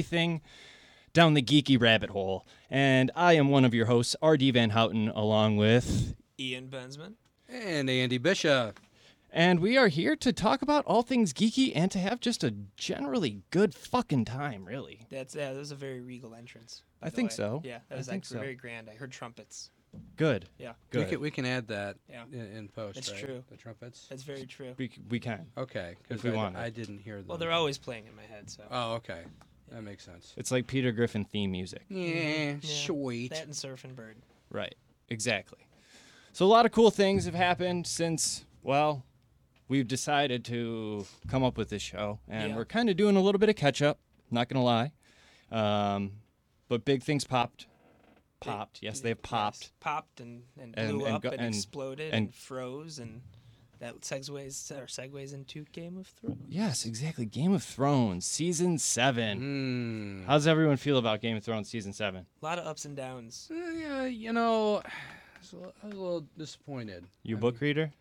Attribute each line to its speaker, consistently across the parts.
Speaker 1: everything down the geeky rabbit hole. And I am one of your hosts, R.D. Van Houten, along with.
Speaker 2: Ian Benzman.
Speaker 3: And Andy Bishop.
Speaker 1: And we are here to talk about all things geeky and to have just a generally good fucking time, really.
Speaker 2: That's yeah, that was a very regal entrance. by
Speaker 1: I
Speaker 2: the
Speaker 1: think
Speaker 2: way.
Speaker 1: so.
Speaker 2: Yeah,
Speaker 1: I
Speaker 2: that was
Speaker 1: think
Speaker 2: like
Speaker 1: so.
Speaker 2: very grand. I heard trumpets.
Speaker 1: Good.
Speaker 2: Yeah,
Speaker 3: We
Speaker 1: Good.
Speaker 3: can, we can add that
Speaker 2: Yeah.
Speaker 3: in, in post.
Speaker 2: That's
Speaker 3: right?
Speaker 2: true.
Speaker 3: The trumpets.
Speaker 2: that's very true.
Speaker 1: We, we can.
Speaker 3: Okay,
Speaker 1: If
Speaker 3: because
Speaker 1: we
Speaker 3: I,
Speaker 1: want it.
Speaker 3: I didn't hear them.
Speaker 2: Well, they're always playing in my head, so
Speaker 3: Oh, okay. That makes sense.
Speaker 1: It's like Peter Griffin theme music.
Speaker 3: Yeah,
Speaker 2: Mm-hmm. Yeah.
Speaker 3: sweet.
Speaker 2: that and Surf and Bird.
Speaker 1: Right. Exactly. So a lot of cool things have happened since, well, we've decided to come up with this show, and
Speaker 2: Yeah.
Speaker 1: we're kind of doing a little bit of catch up. Not gonna lie, um, but big things popped, popped. yes, they've popped.
Speaker 2: Yes, popped and, and
Speaker 1: And-
Speaker 2: blew
Speaker 1: and
Speaker 2: up
Speaker 1: go-
Speaker 2: and,
Speaker 1: and-
Speaker 2: exploded
Speaker 1: and-
Speaker 2: and, froze and that segues or segues into Game of Thrones.
Speaker 1: Yes, exactly. Game of Thrones season seven.
Speaker 3: Hmm.
Speaker 1: How's everyone feel about Game of Thrones season seven?
Speaker 2: A lot of ups and downs.
Speaker 3: Uh, yeah, you know, it's a li- I was a little disappointed.
Speaker 1: You book reader?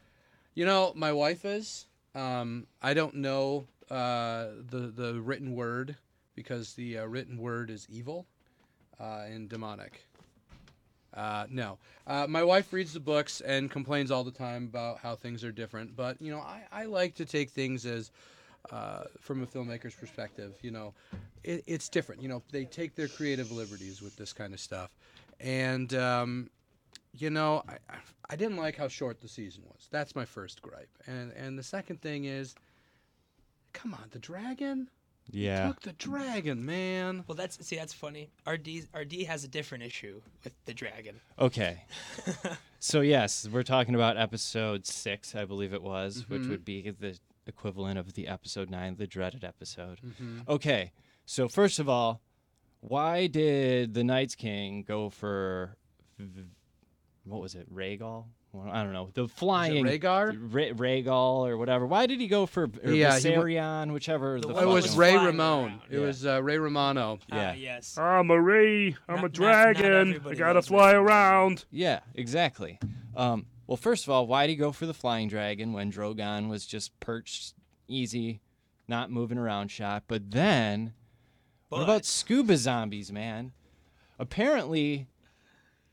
Speaker 3: You know, my wife is. Um, I don't know uh, the the written word because the uh, written word is evil uh, and demonic. Uh, no, uh, my wife reads the books and complains all the time about how things are different. But you know, I, I like to take things as uh, from a filmmaker's perspective. You know, it, it's different. You know, they take their creative liberties with this kind of stuff, and um, you know, I, I- I didn't like how short the season was. That's my first gripe. And and the second thing is, come on, the dragon
Speaker 1: Yeah.
Speaker 3: took the dragon, man.
Speaker 2: Well, that's see, that's funny. RD RD has a different issue with the dragon.
Speaker 1: Okay. so yes, we're talking about episode six, I believe it was, which
Speaker 3: Mm-hmm.
Speaker 1: would be the equivalent of the episode nine, the dreaded episode.
Speaker 3: Mm-hmm.
Speaker 1: Okay. So first of all, why did the Knights King go for v- what was it, Rhaegal? Well, I don't know. The flying
Speaker 3: Rhaegar?
Speaker 1: Ra- Rhaegal or whatever. Why did he go for or
Speaker 3: Yeah, he wa-
Speaker 1: Viserion, whichever the,
Speaker 2: The
Speaker 1: fuck
Speaker 3: It
Speaker 2: one
Speaker 3: was
Speaker 2: was
Speaker 3: Ray
Speaker 2: flying
Speaker 3: Ramon.
Speaker 2: around.
Speaker 3: It was uh, Ray Romano.
Speaker 1: Yeah.
Speaker 2: Ah, yes.
Speaker 4: Ah, Marie, I'm
Speaker 2: Not-
Speaker 4: a
Speaker 2: not- not
Speaker 4: dragon. I
Speaker 2: everybody
Speaker 4: gotta
Speaker 2: loves
Speaker 4: fly
Speaker 2: Marie.
Speaker 4: around.
Speaker 1: Yeah, exactly. Um, well, first of all, why'd he go for the flying dragon when Drogon was just perched easy, not moving around shot? But then, what about
Speaker 2: But-
Speaker 1: scuba zombies, man? Apparently,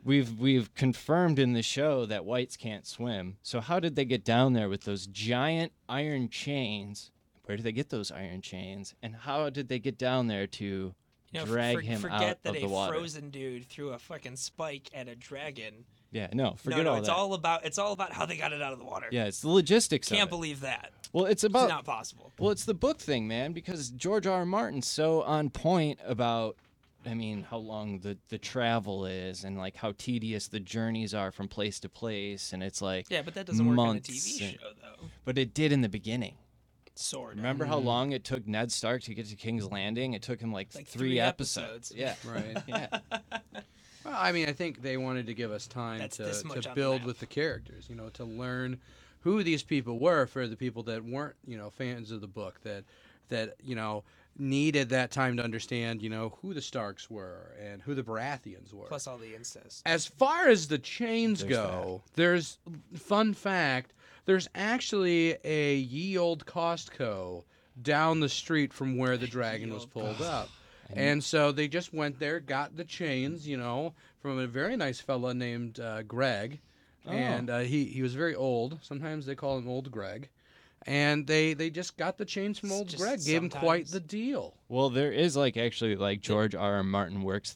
Speaker 1: we've we've confirmed in the show that whites can't swim. So how did they get down there with those giant iron chains? Where did they get those iron chains? And how did they get down there to
Speaker 2: You know, f-
Speaker 1: drag
Speaker 2: for-
Speaker 1: him
Speaker 2: forget
Speaker 1: out
Speaker 2: that
Speaker 1: of
Speaker 2: a
Speaker 1: the water?
Speaker 2: frozen dude threw a fucking spike at a dragon.
Speaker 1: Yeah, no, forget
Speaker 2: no, no,
Speaker 1: all
Speaker 2: it's
Speaker 1: that.
Speaker 2: all about it's all about how they got it out of the water.
Speaker 1: yeah, it's the logistics.
Speaker 2: Can't
Speaker 1: of it.
Speaker 2: believe that.
Speaker 1: Well, it's
Speaker 2: It's
Speaker 1: about
Speaker 2: not possible.
Speaker 1: Well, it's the book thing, man, because George R. R. Martin's so on point about, I mean, how long the, the travel is and like how tedious the journeys are from place to place. And it's like,
Speaker 2: Yeah, but that doesn't work on a
Speaker 1: months
Speaker 2: TV
Speaker 1: and-
Speaker 2: show though.
Speaker 1: but it did in the beginning.
Speaker 2: Sort of.
Speaker 1: Remember how long it took Ned Stark to get to King's Landing? It took him like,
Speaker 2: Like
Speaker 1: three,
Speaker 2: three
Speaker 1: episodes.
Speaker 2: episodes.
Speaker 1: Yeah.
Speaker 3: Right.
Speaker 1: Yeah.
Speaker 3: Well, I mean, I think they wanted to give us time
Speaker 2: That's
Speaker 3: to,
Speaker 2: this much
Speaker 3: to
Speaker 2: on the
Speaker 3: build
Speaker 2: map.
Speaker 3: with the characters, you know, to learn who these people were for the people that weren't, you know, fans of the book that that you know needed that time to understand, you know, who the Starks were and who the Baratheons were.
Speaker 2: Plus all the incest.
Speaker 3: As far as the chains
Speaker 1: There's
Speaker 3: go, there's fun fact. There's actually a ye old Costco down the street from where the dragon was
Speaker 2: old
Speaker 3: pulled up, and so they just went there, got the chains, you know, from a very nice fella named uh, Greg,
Speaker 1: Oh.
Speaker 3: and uh, he he was very old. Sometimes they call him Old Greg, and they they just got the chains from
Speaker 2: S-
Speaker 3: Old
Speaker 2: just
Speaker 3: Greg, gave him quite
Speaker 2: sometimes.
Speaker 3: the deal.
Speaker 1: Well, there is like actually like George R. R. Martin works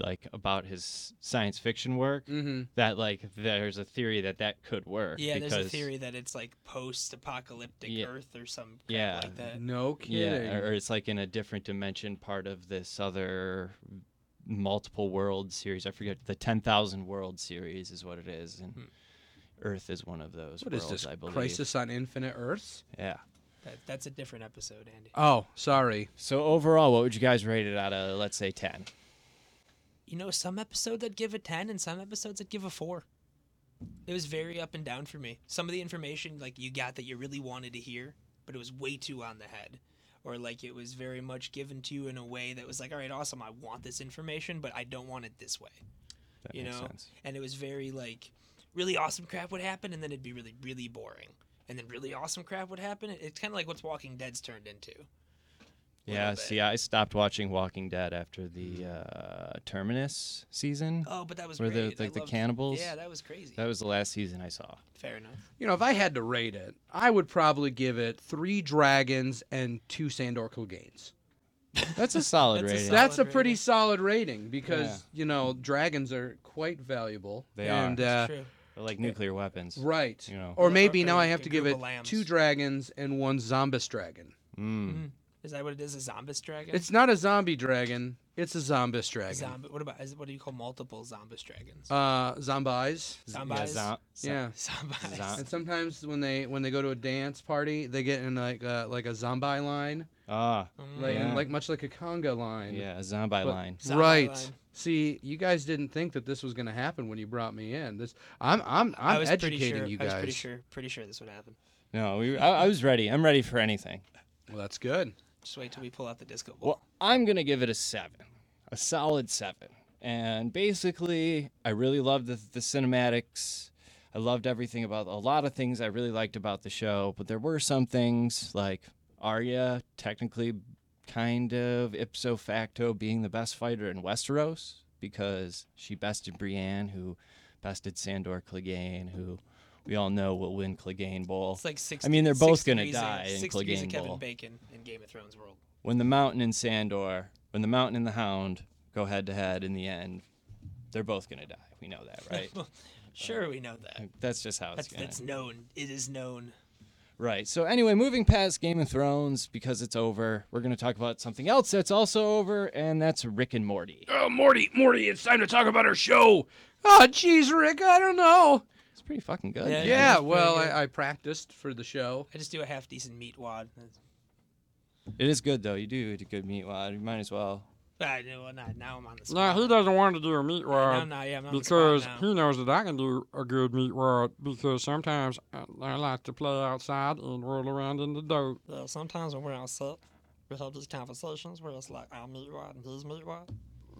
Speaker 1: like about his science fiction work
Speaker 3: Mm-hmm.
Speaker 1: that like there's a theory that that could work.
Speaker 2: Mm. Yeah, there's a
Speaker 1: because-
Speaker 2: theory that it's like post-apocalyptic
Speaker 1: Yeah.
Speaker 2: Earth or some crap
Speaker 1: Yeah.
Speaker 2: like that.
Speaker 3: No kidding.
Speaker 1: Yeah, or it's like in a different dimension, part of this other multiple world series. I forget the ten thousand world series is what it is,
Speaker 2: Hmm.
Speaker 1: and Earth is one of those
Speaker 3: What
Speaker 1: worlds.
Speaker 3: is this?
Speaker 1: I believe.
Speaker 3: Crisis on Infinite Earths?
Speaker 1: Yeah.
Speaker 2: that. That's a different episode, Andy.
Speaker 3: Oh, sorry.
Speaker 1: So overall, what would you guys rate it out of? Let's say ten.
Speaker 2: You know, some episodes I'd give a 10 and some episodes I'd give a 4. It was very up and down for me. Some of the information like you got that you really wanted to hear, but it was way too on the head. Or like it was very much given to you in a way that was like, "All right, awesome. I want this information, but I don't want it this way."
Speaker 1: That
Speaker 2: you
Speaker 1: makes
Speaker 2: know?
Speaker 1: sense.
Speaker 2: And it was very like really awesome crap would happen and then it'd be really really boring. And then really awesome crap would happen. It's kind of like what's Walking Dead's turned into. little
Speaker 1: Yeah,
Speaker 2: bit. Hmm.
Speaker 1: see, I stopped watching Walking Dead after the uh, Terminus season.
Speaker 2: Oh, but that was
Speaker 1: Were the-
Speaker 2: great. I
Speaker 1: like the
Speaker 2: loved-
Speaker 1: cannibals?
Speaker 2: Yeah, that was crazy.
Speaker 1: That was the last season I saw.
Speaker 2: Fair enough.
Speaker 3: You know, if I had to rate it, I would probably give it three dragons and two Sandor Clegans.
Speaker 1: That's a solid
Speaker 2: That's a
Speaker 1: rating.
Speaker 2: solid-
Speaker 3: That's a pretty
Speaker 2: rating.
Speaker 3: solid rating because
Speaker 1: Yeah.
Speaker 3: you know dragons are quite valuable.
Speaker 1: They are.
Speaker 3: and,
Speaker 2: That's
Speaker 3: Uh,
Speaker 2: true.
Speaker 1: They're like nuclear weapons.
Speaker 3: right.
Speaker 1: You know.
Speaker 3: Or
Speaker 2: Or-
Speaker 3: maybe
Speaker 2: or
Speaker 3: now I
Speaker 2: like
Speaker 3: have
Speaker 2: a
Speaker 3: to give
Speaker 2: group
Speaker 3: it
Speaker 2: of lambs.
Speaker 3: two dragons and one zombus dragon.
Speaker 1: Mm.
Speaker 2: Is that what it is? A zombus dragon?
Speaker 3: It's not a zombie dragon. It's a zombus
Speaker 2: a
Speaker 3: dragon.
Speaker 2: zombie. What about? Is, what do you call multiple zombus dragons?
Speaker 3: uh, zombies.
Speaker 1: Z- yeah,
Speaker 2: Zombies.
Speaker 1: zo- zo-
Speaker 3: Yeah.
Speaker 2: Zombies.
Speaker 1: Zom-
Speaker 3: And sometimes when they when they go to a dance party, they get in like a, like a zombie line,
Speaker 1: Ah,
Speaker 2: Mm.
Speaker 3: like,
Speaker 1: Yeah.
Speaker 3: like much like a conga line.
Speaker 1: yeah, a zombie
Speaker 3: But-
Speaker 1: line.
Speaker 2: Zombie
Speaker 3: right.
Speaker 2: line.
Speaker 3: See, you guys didn't think that this was going to happen when you brought me in. This, I'm, I'm,
Speaker 2: I
Speaker 3: I'm
Speaker 2: was
Speaker 3: educating
Speaker 2: pretty sure.
Speaker 3: you
Speaker 2: I
Speaker 3: guys.
Speaker 2: was pretty sure. Pretty sure this would happen.
Speaker 1: No, we, I, I was ready. I'm ready for anything.
Speaker 3: Well, that's good.
Speaker 2: Just wait till we pull out the disco ball.
Speaker 1: Well, I'm going to give it a seven, a solid seven. And basically, I really loved the, the cinematics. I loved everything about a lot of things I really liked about the show, but there were some things like Arya technically kind of ipso facto being the best fighter in Westeros because she bested Brienne, who bested Sandor Clegane, who we all know will win Clegane Bowl.
Speaker 2: it's like six.
Speaker 1: I mean, they're both
Speaker 2: going
Speaker 1: gonna
Speaker 2: to
Speaker 1: die in
Speaker 2: Six degrees of
Speaker 1: Clegane
Speaker 2: Kevin
Speaker 1: Bowl.
Speaker 2: Bacon in Game of Thrones world.
Speaker 1: when the mountain and Sandor, when the mountain and the hound go head to head in the end, they're both gonna die. We know that, right?
Speaker 3: Uh,
Speaker 1: Uh,
Speaker 2: Sure, we know that.
Speaker 1: that's just how it's
Speaker 2: That's,
Speaker 1: gonna.
Speaker 2: that's known. It is known.
Speaker 1: Right. So anyway, moving past Game of Thrones because it's over, we're gonna talk about something else that's also over, and that's Rick and Morty.
Speaker 4: Oh, Morty, Morty, it's time to talk about our show.
Speaker 3: Oh, jeez, Rick, I don't know.
Speaker 1: It's pretty fucking good.
Speaker 2: Yeah,
Speaker 1: man.
Speaker 2: yeah.
Speaker 3: Yeah,
Speaker 2: that's pretty
Speaker 3: well,
Speaker 2: good.
Speaker 3: I, I practiced for the show.
Speaker 2: I just do a half decent meat wad. That's-
Speaker 1: It is good though. You do eat a good meat wad. You might as well.
Speaker 2: I know. well, Not now. I'm on the
Speaker 5: Now
Speaker 2: spot.
Speaker 5: he doesn't want to do a meat
Speaker 2: No,
Speaker 5: rod
Speaker 2: no, yeah, I'm on
Speaker 5: because
Speaker 2: the spot now.
Speaker 5: he knows that I can do a good meat rod because sometimes I, I like to play outside and roll around in the dirt.
Speaker 2: Well, sometimes when we're out sick, we have these conversations where it's like, "I'll meet rod and he's meat rod.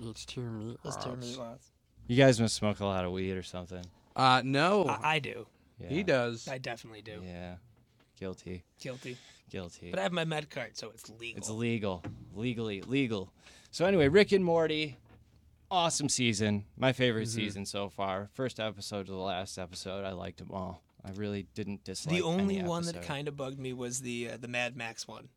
Speaker 5: It's two meat
Speaker 2: Let's
Speaker 5: rods.
Speaker 2: two meat rods."
Speaker 1: You guys must smoke a lot of weed or something.
Speaker 3: Uh, no,
Speaker 2: I, I do.
Speaker 1: Yeah.
Speaker 3: he does.
Speaker 2: I definitely do.
Speaker 1: Yeah. Guilty.
Speaker 2: Guilty.
Speaker 1: Guilty.
Speaker 2: But I have my med card, so it's legal.
Speaker 1: It's legal, legally legal. So anyway, Rick and Morty, awesome season. My favorite season so far. First episode to the last episode, I liked them all. I really didn't dislike.
Speaker 2: the only
Speaker 1: any
Speaker 2: one that
Speaker 1: episode.
Speaker 2: kind of bugged me was the uh, the Mad Max one.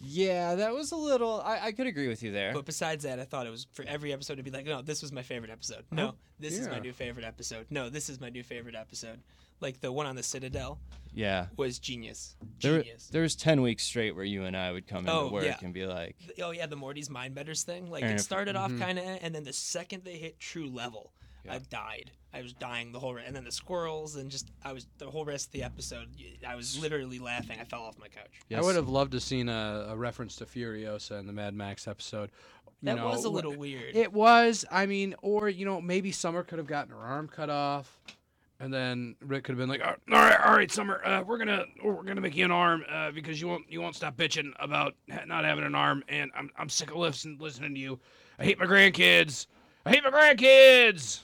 Speaker 1: Yeah, that was a little. I, I could agree with you there.
Speaker 2: But besides that, I thought it was for every episode to be like, no, this was my favorite episode. No,
Speaker 1: Oh,
Speaker 2: this is my
Speaker 3: yeah.
Speaker 2: new favorite episode. No, this is my new favorite episode. Like the one on the Citadel
Speaker 1: yeah,
Speaker 2: was genius.
Speaker 1: there,
Speaker 2: Genius.
Speaker 1: there was ten weeks straight where you and I would come into
Speaker 2: Oh,
Speaker 1: work
Speaker 2: yeah.
Speaker 1: and be like,
Speaker 2: oh yeah, the Morty's mind benders thing. Like
Speaker 1: And
Speaker 2: it
Speaker 1: if-
Speaker 2: started off kind of, and then the second they hit true level, I
Speaker 1: Mm-hmm. Yeah.
Speaker 2: died. I was dying the whole, re- and then the squirrels, and just I was the whole rest of the episode. I was literally laughing. I fell off my couch.
Speaker 1: yes,
Speaker 3: I would have loved to seen a, a reference to Furiosa in the Mad Max episode. You
Speaker 2: That
Speaker 3: know,
Speaker 2: was a
Speaker 3: wh-
Speaker 2: little weird.
Speaker 3: It was. I mean, or you know, maybe Summer could have gotten her arm cut off, and then Rick could have been like,
Speaker 4: Uh, all right, all right, Summer. Uh, we're gonna we're gonna make you an arm uh, because you won't you won't stop bitching about ha- not having an arm, and I'm I'm sick of listen, listening to you. I hate my grandkids. I hate my grandkids.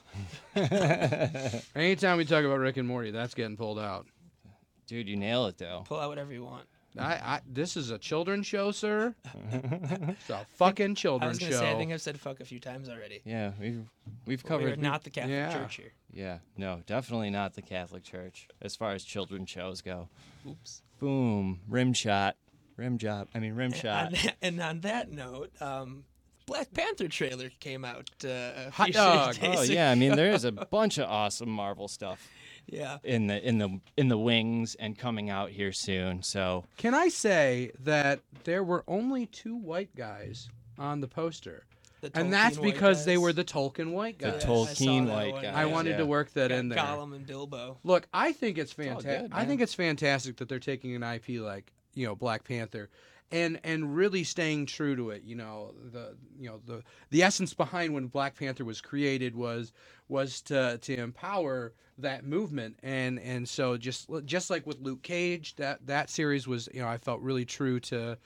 Speaker 3: Anytime we talk about Rick and Morty, that's getting pulled out.
Speaker 1: dude, you nail it though.
Speaker 2: Pull out whatever you want.
Speaker 3: I, I this is a children's show, sir. It's a fucking
Speaker 2: I
Speaker 3: children's
Speaker 2: was gonna
Speaker 3: show.
Speaker 2: say I think I've said fuck a few times already.
Speaker 1: Yeah, we've we've
Speaker 2: We are
Speaker 1: covered.
Speaker 2: not the Catholic
Speaker 3: Yeah.
Speaker 2: Church here.
Speaker 1: yeah, no, definitely not the Catholic Church as far as children's shows go.
Speaker 2: Oops.
Speaker 1: Boom, rim shot, rim job. I mean, rim shot.
Speaker 2: On that- and on that note, um, Black Panther trailer came out. Uh, a
Speaker 3: Hot
Speaker 2: few
Speaker 3: dog.
Speaker 2: days
Speaker 1: Oh
Speaker 2: ago.
Speaker 1: yeah, I mean there is a bunch of awesome Marvel stuff
Speaker 2: yeah.
Speaker 1: in the in the in the wings and coming out here soon. So
Speaker 3: Can I say that there were only two white guys on the poster,
Speaker 2: The
Speaker 3: and that's
Speaker 2: Tolkien white
Speaker 3: because they
Speaker 2: guys.
Speaker 3: were the Tolkien white
Speaker 1: the
Speaker 3: guys.
Speaker 2: Tol-
Speaker 1: Tolkien
Speaker 2: that
Speaker 1: like
Speaker 2: one.
Speaker 1: guys.
Speaker 3: I wanted to
Speaker 1: yeah.
Speaker 3: work that
Speaker 2: Got
Speaker 3: in there.
Speaker 2: Gollum and Bilbo.
Speaker 3: Look, I think it's
Speaker 1: all
Speaker 3: fantastic.
Speaker 1: good,
Speaker 3: I
Speaker 1: man.
Speaker 3: think it's fantastic that they're taking an IP like you know Black Panther, and and really staying true to it. You know the you know the the essence behind when Black Panther was created was was to to empower that movement, and and so just just like with Luke Cage, that that series was you know I felt really true to.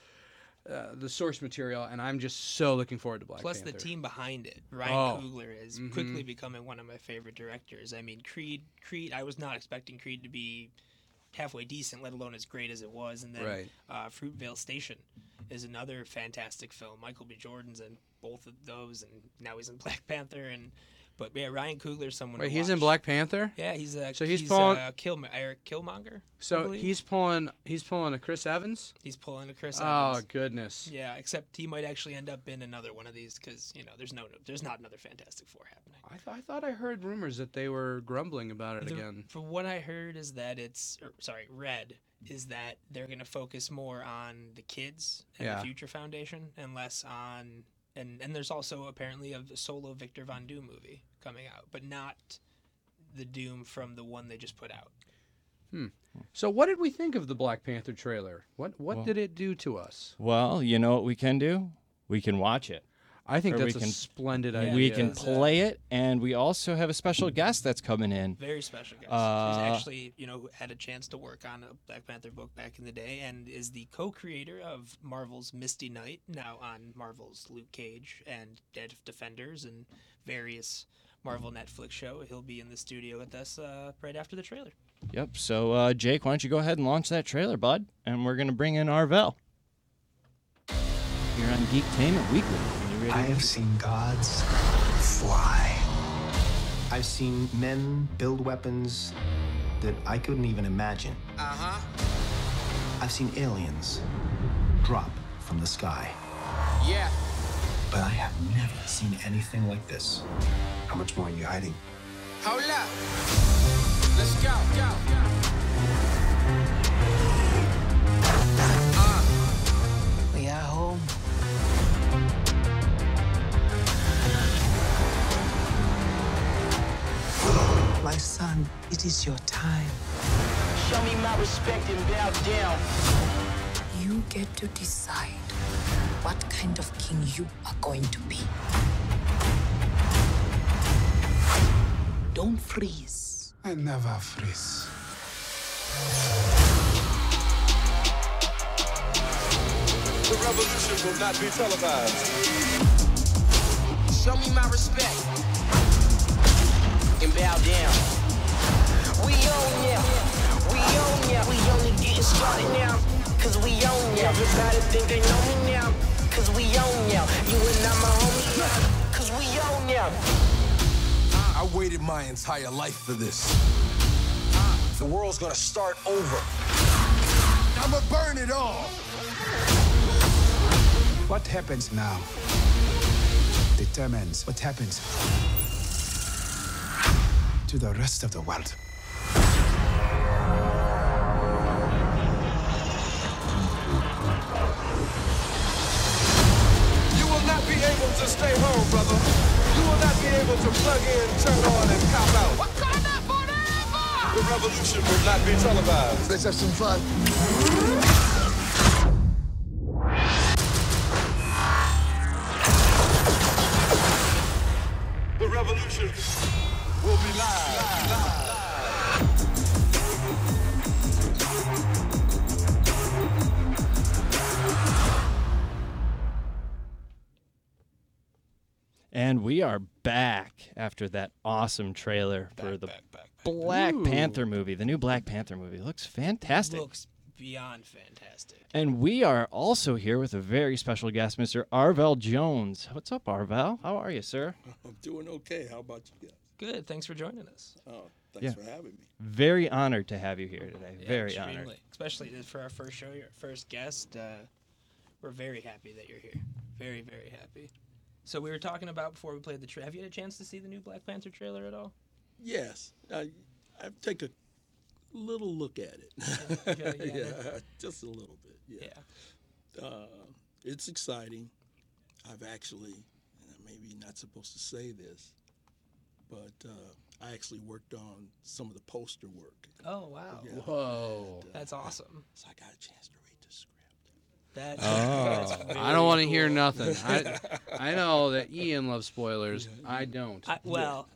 Speaker 3: Uh, the source material, and I'm just so looking forward to Black
Speaker 2: Plus
Speaker 3: Panther.
Speaker 2: the team behind it, Ryan
Speaker 3: Oh.
Speaker 2: Coogler is
Speaker 3: Mhm.
Speaker 2: quickly becoming one of my favorite directors. I mean, Creed, Creed. I was not expecting Creed to be halfway decent, let alone as great as it was. And then
Speaker 3: Right.
Speaker 2: uh, Fruitvale Station is another fantastic film. Michael B. Jordan's in both of those, and now he's in Black Panther. And but yeah, Ryan Coogler's someone.
Speaker 3: Wait,
Speaker 2: to
Speaker 3: he's in
Speaker 2: watch.
Speaker 3: Black Panther.
Speaker 2: Yeah, he's a.
Speaker 3: So he's
Speaker 2: he's,
Speaker 3: pulling-
Speaker 2: uh, Killmo- Eric Killmonger. I
Speaker 3: So
Speaker 2: believe.
Speaker 3: he's pulling. He's pulling a Chris Evans.
Speaker 2: he's pulling a Chris.
Speaker 3: Oh
Speaker 2: Evans.
Speaker 3: goodness.
Speaker 2: Yeah, except he might actually end up in another one of these because you know there's no there's not another Fantastic Four happening.
Speaker 3: I, th- I thought I heard rumors that they were grumbling about it
Speaker 2: The-
Speaker 3: again.
Speaker 2: From what I heard is that it's or, sorry, Red is that they're going to focus more on the kids and
Speaker 3: Yeah.
Speaker 2: the Future Foundation and less on and and there's also apparently a solo Victor Von Doom movie coming out, but not the Doom from the one they just put out.
Speaker 3: So what did we think of the Black Panther trailer? What what
Speaker 1: Well-
Speaker 3: did it do to us?
Speaker 1: Well, you know what we can do? We can watch it.
Speaker 3: I think
Speaker 1: Or we
Speaker 3: that's a
Speaker 1: can-
Speaker 3: splendid
Speaker 2: Yeah,
Speaker 3: idea.
Speaker 1: we can
Speaker 2: because, uh,
Speaker 1: play it, and we also have a special guest that's coming in.
Speaker 2: Very special guest.
Speaker 1: Uh,
Speaker 2: Who's actually, you know, had a chance to work on a Black Panther book back in the day and is the co-creator of Marvel's Misty Knight, now on Marvel's Luke Cage and Dead of Defenders and various Marvel Netflix show. He'll be in the studio with us uh, right after the trailer.
Speaker 1: Yep. So, uh, Jake, why don't you go ahead and launch that trailer, bud? And we're going to bring in Arvell. You're on Geektainment Weekly. Are you ready?
Speaker 6: I have seen gods fly. I've seen men build weapons that I couldn't even imagine. Uh huh. I've seen aliens drop from the sky.
Speaker 7: Yeah.
Speaker 6: But I have never seen anything like this. How much more are you hiding?
Speaker 7: Hold up. Let's go. go, go.
Speaker 6: We are home.
Speaker 8: My son, it is your time.
Speaker 7: Show me my respect and bow down.
Speaker 8: You get to decide what kind of king you are going to be. Don't freeze.
Speaker 6: I never freeze.
Speaker 9: The revolution will not be televised.
Speaker 7: Show me my respect and bow down. We own ya. We own ya. We only getting started now. Cause we own ya. Everybody think they know me now. Cause we own ya. You and I'm a homie now. Cause we own ya.
Speaker 9: I waited my entire life for this. The world's gonna start over. I'ma burn it all.
Speaker 6: What happens now determines what happens to the rest of the world.
Speaker 9: You will not be able to stay home, brother. You will not be able to plug in, turn on, and cop out. The revolution will not be televised. Let's have some fun. The revolution will be live.
Speaker 1: And we are back after that awesome trailer for the Black Panther movie. The new Black Panther movie looks fantastic.
Speaker 2: Looks beyond fantastic.
Speaker 1: And we are also here with a very special guest, Mr. Arvell Jones. What's up, Arvell? How are you, sir?
Speaker 10: I'm doing okay. How about you guys?
Speaker 2: Good. Thanks for joining us.
Speaker 10: Oh, thanks
Speaker 1: Yeah.
Speaker 10: for having me.
Speaker 1: Very honored to have you here today. very honored.
Speaker 2: Extremely. Especially for our first show, your first guest. Uh, we're very happy that you're here. Very, very happy. So we were talking about before we played the trailer. Have you had a chance to see the new Black Panther trailer at all?
Speaker 10: Yes, I I take a little look at it.
Speaker 2: Yeah, yeah,
Speaker 10: just a little bit. Yeah,
Speaker 2: Yeah.
Speaker 10: it's exciting. I've actually, and I'm maybe not supposed to say this, but uh, I actually worked on some of the poster work.
Speaker 2: Oh wow.
Speaker 3: Whoa!
Speaker 2: That's awesome.
Speaker 10: So I got a chance to read the script.
Speaker 2: That's,
Speaker 1: Oh.
Speaker 2: that's very
Speaker 3: I don't want to hear
Speaker 2: cool.
Speaker 3: nothing. I I know that Ian loves spoilers. I don't.
Speaker 2: I, well,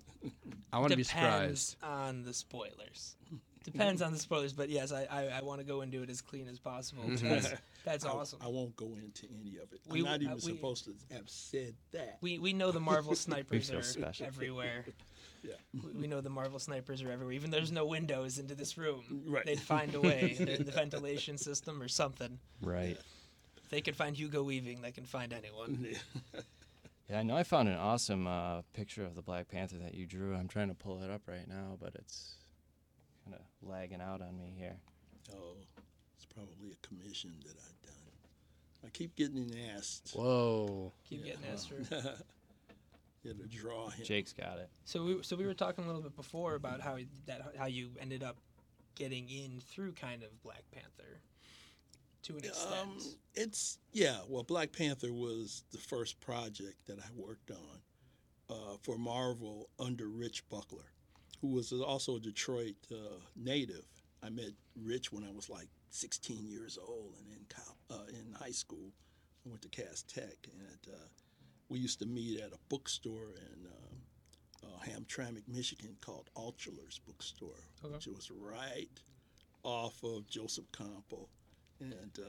Speaker 3: I want to be
Speaker 2: depends
Speaker 3: surprised.
Speaker 2: on the spoilers. Depends on the spoilers, but yes, I, I, I want to go into it as clean as possible.
Speaker 3: Mm-hmm.
Speaker 2: That's, that's
Speaker 10: I-
Speaker 2: awesome.
Speaker 10: I, won't go into any of it.
Speaker 2: We-
Speaker 10: I'm not
Speaker 2: uh,
Speaker 10: even
Speaker 2: we-
Speaker 10: supposed to have said that.
Speaker 2: we we know the Marvel snipers
Speaker 1: feel
Speaker 2: are
Speaker 1: special.
Speaker 2: everywhere. Yeah. We know the Marvel snipers are everywhere. Even there's no windows into this room.
Speaker 10: Right.
Speaker 2: They'd find a way. They're in the ventilation system or something.
Speaker 1: Right.
Speaker 2: they can find Hugo Weaving. They can find anyone.
Speaker 1: Yeah, I know. I found an awesome uh, picture of the Black Panther that you drew. I'm trying to pull it up right now, but it's kind of lagging out on me here.
Speaker 10: Oh, it's probably a commission that I've done. I keep getting asked.
Speaker 3: Whoa.
Speaker 2: Keep getting asked for it.
Speaker 10: yeah, to draw him.
Speaker 1: Jake's got it.
Speaker 2: So we so we were talking a little bit before about how that how you ended up getting in through kind of Black Panther to an extent.
Speaker 10: Um, it's yeah. Well, Black Panther was the first project that I worked on uh, for Marvel under Rich Buckler, who was also a Detroit uh, native. I met Rich when I was like 16 years old, and in col- uh, in high school, I went to Cass Tech, and uh, we used to meet at a bookstore in um, uh, Hamtramck, Michigan, called Altuler's Bookstore,
Speaker 2: Okay.
Speaker 10: which was right off of Joseph Campo, and uh,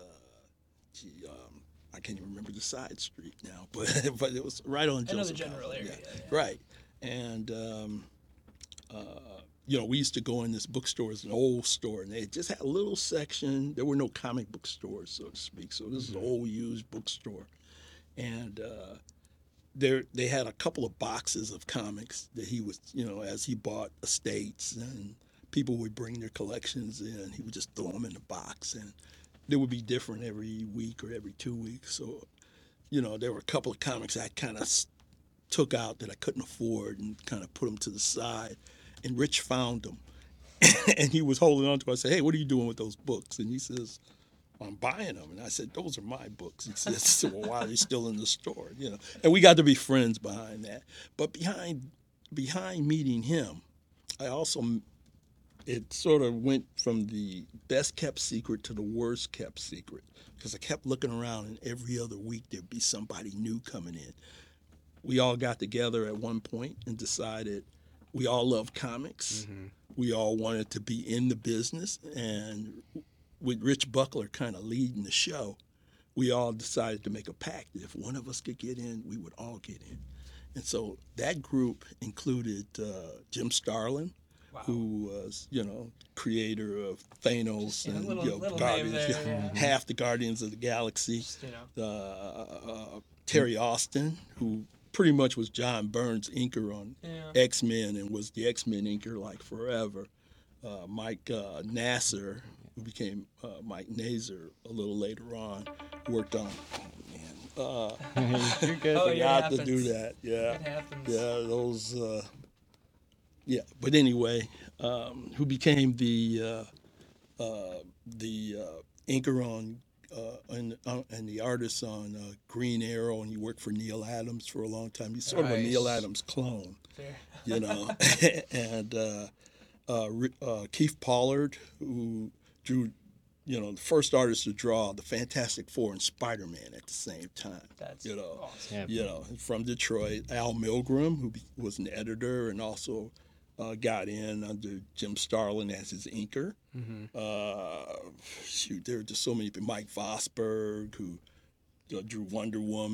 Speaker 10: gee, um, I can't even remember the side street now, but but it was right on
Speaker 2: Another
Speaker 10: Joseph
Speaker 2: general
Speaker 10: Campo,
Speaker 2: area, yeah,
Speaker 10: right, and. Um, uh, you know, we used to go in this bookstore, it's an old store, and they just had a little section. There were no comic book stores, so to speak. So this is an old used bookstore. And uh, there they had a couple of boxes of comics that he was, you know, as he bought estates and people would bring their collections in, he would just throw them in the box. And they would be different every week or every two weeks. So, you know, there were a couple of comics I kind of took out that I couldn't afford and kind of put them to the side. And Rich found them. and he was holding on to 'em. I said, Hey, what are you doing with those books? And he says, I'm buying them. And I said, Those are my books. He says, Well, why are they still in the store? You know. And we got to be friends behind that. But behind behind meeting him, I also it sort of went from the best kept secret to the worst kept secret because I kept looking around and every other week there'd be somebody new coming in we all got together at one point and decided we all loved comics. We all wanted to be in the business. And with Rich Buckler kind of leading the show, we all decided to make a pact that if one of us could get in, we would all get in. And so that group included uh, Jim Starlin, who was, you know, creator of Thanos
Speaker 2: yeah, a
Speaker 10: and
Speaker 2: little-
Speaker 10: you know,
Speaker 2: little name
Speaker 10: Guardians,
Speaker 2: there,
Speaker 10: you know,
Speaker 2: yeah.
Speaker 10: half the Guardians of the Galaxy.
Speaker 2: you know.
Speaker 10: Uh, uh, Terry Austin, who pretty much was John Burns' inker on
Speaker 2: Yeah.
Speaker 10: X Men and was the X Men inker like forever. Uh, Mike uh, Nasser, who became uh, Mike Nasser a little later on, worked on. Oh man, uh,
Speaker 1: You're good.
Speaker 10: I
Speaker 1: Oh, yeah, it
Speaker 10: forgot to do
Speaker 1: happens.
Speaker 10: that. Yeah,
Speaker 1: It happens.
Speaker 10: yeah, those. Uh, yeah, but anyway, um, who became the uh, uh, the uh, inker on uh, and, uh, and the artist on uh, Green Arrow, and he worked for Neil Adams for a long time. He's sort of a Neil
Speaker 2: Nice.
Speaker 10: Adams clone,
Speaker 2: Fair.
Speaker 10: you know. and uh, uh, Ri- uh, Keith Pollard, who drew, you know, the first artist to draw the Fantastic Four and Spider Man at the same time.
Speaker 2: That's
Speaker 10: you know,
Speaker 2: awesome.
Speaker 1: Yeah.
Speaker 10: you know, from Detroit. Al Milgram, who be- was an editor and also uh, got in under Jim Starlin as his inker.
Speaker 3: Mhm.
Speaker 10: Uh, shoot, there are just so many people. Mike Vosberg, who you know, drew Wonder Woman,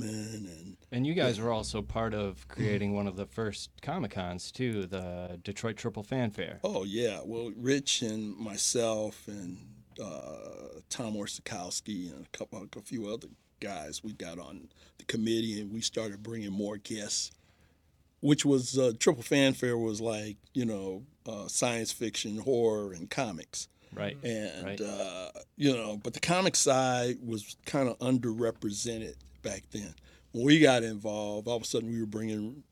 Speaker 10: and
Speaker 1: And you guys were also part of creating one of the first Comic Cons too, the Detroit Triple Fanfare.
Speaker 10: oh yeah, well, Rich and myself and uh, Tom Orsikowski and a couple, a few other guys, we got on the committee and we started bringing more guests. Which was uh, Triple Fanfare was like you know uh, science fiction, horror, and comics.
Speaker 1: Right.
Speaker 10: and
Speaker 1: Right.
Speaker 10: uh, you know, but the comic side was kind of underrepresented back then. When we got involved, all of a sudden we were bringing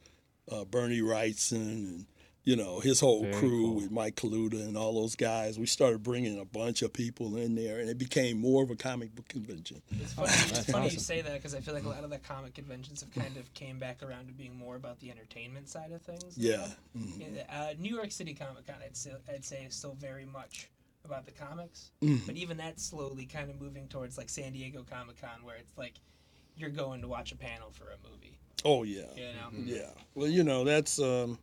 Speaker 10: uh, Bernie Wrightson and you know his whole
Speaker 1: Very
Speaker 10: crew
Speaker 1: cool.
Speaker 10: with Mike Kaluta and all those guys. We started bringing a bunch of people in there, and it became more of a comic book convention.
Speaker 2: It's funny, it's
Speaker 1: That's
Speaker 2: funny you
Speaker 1: awesome.
Speaker 2: say that because I feel like a lot of the comic conventions have kind of came back around to being more about the entertainment side of things. now.
Speaker 10: Yeah, mhm.
Speaker 2: Yeah, Uh, New York City Comic Con, I'd, say- I'd say, is still very much about the comics.
Speaker 10: Mhm.
Speaker 2: But even that's slowly kind of moving towards like San Diego Comic Con, where it's like you're going to watch a panel for a movie.
Speaker 10: Oh yeah.
Speaker 2: You know?
Speaker 10: Yeah. Well, you know, that's um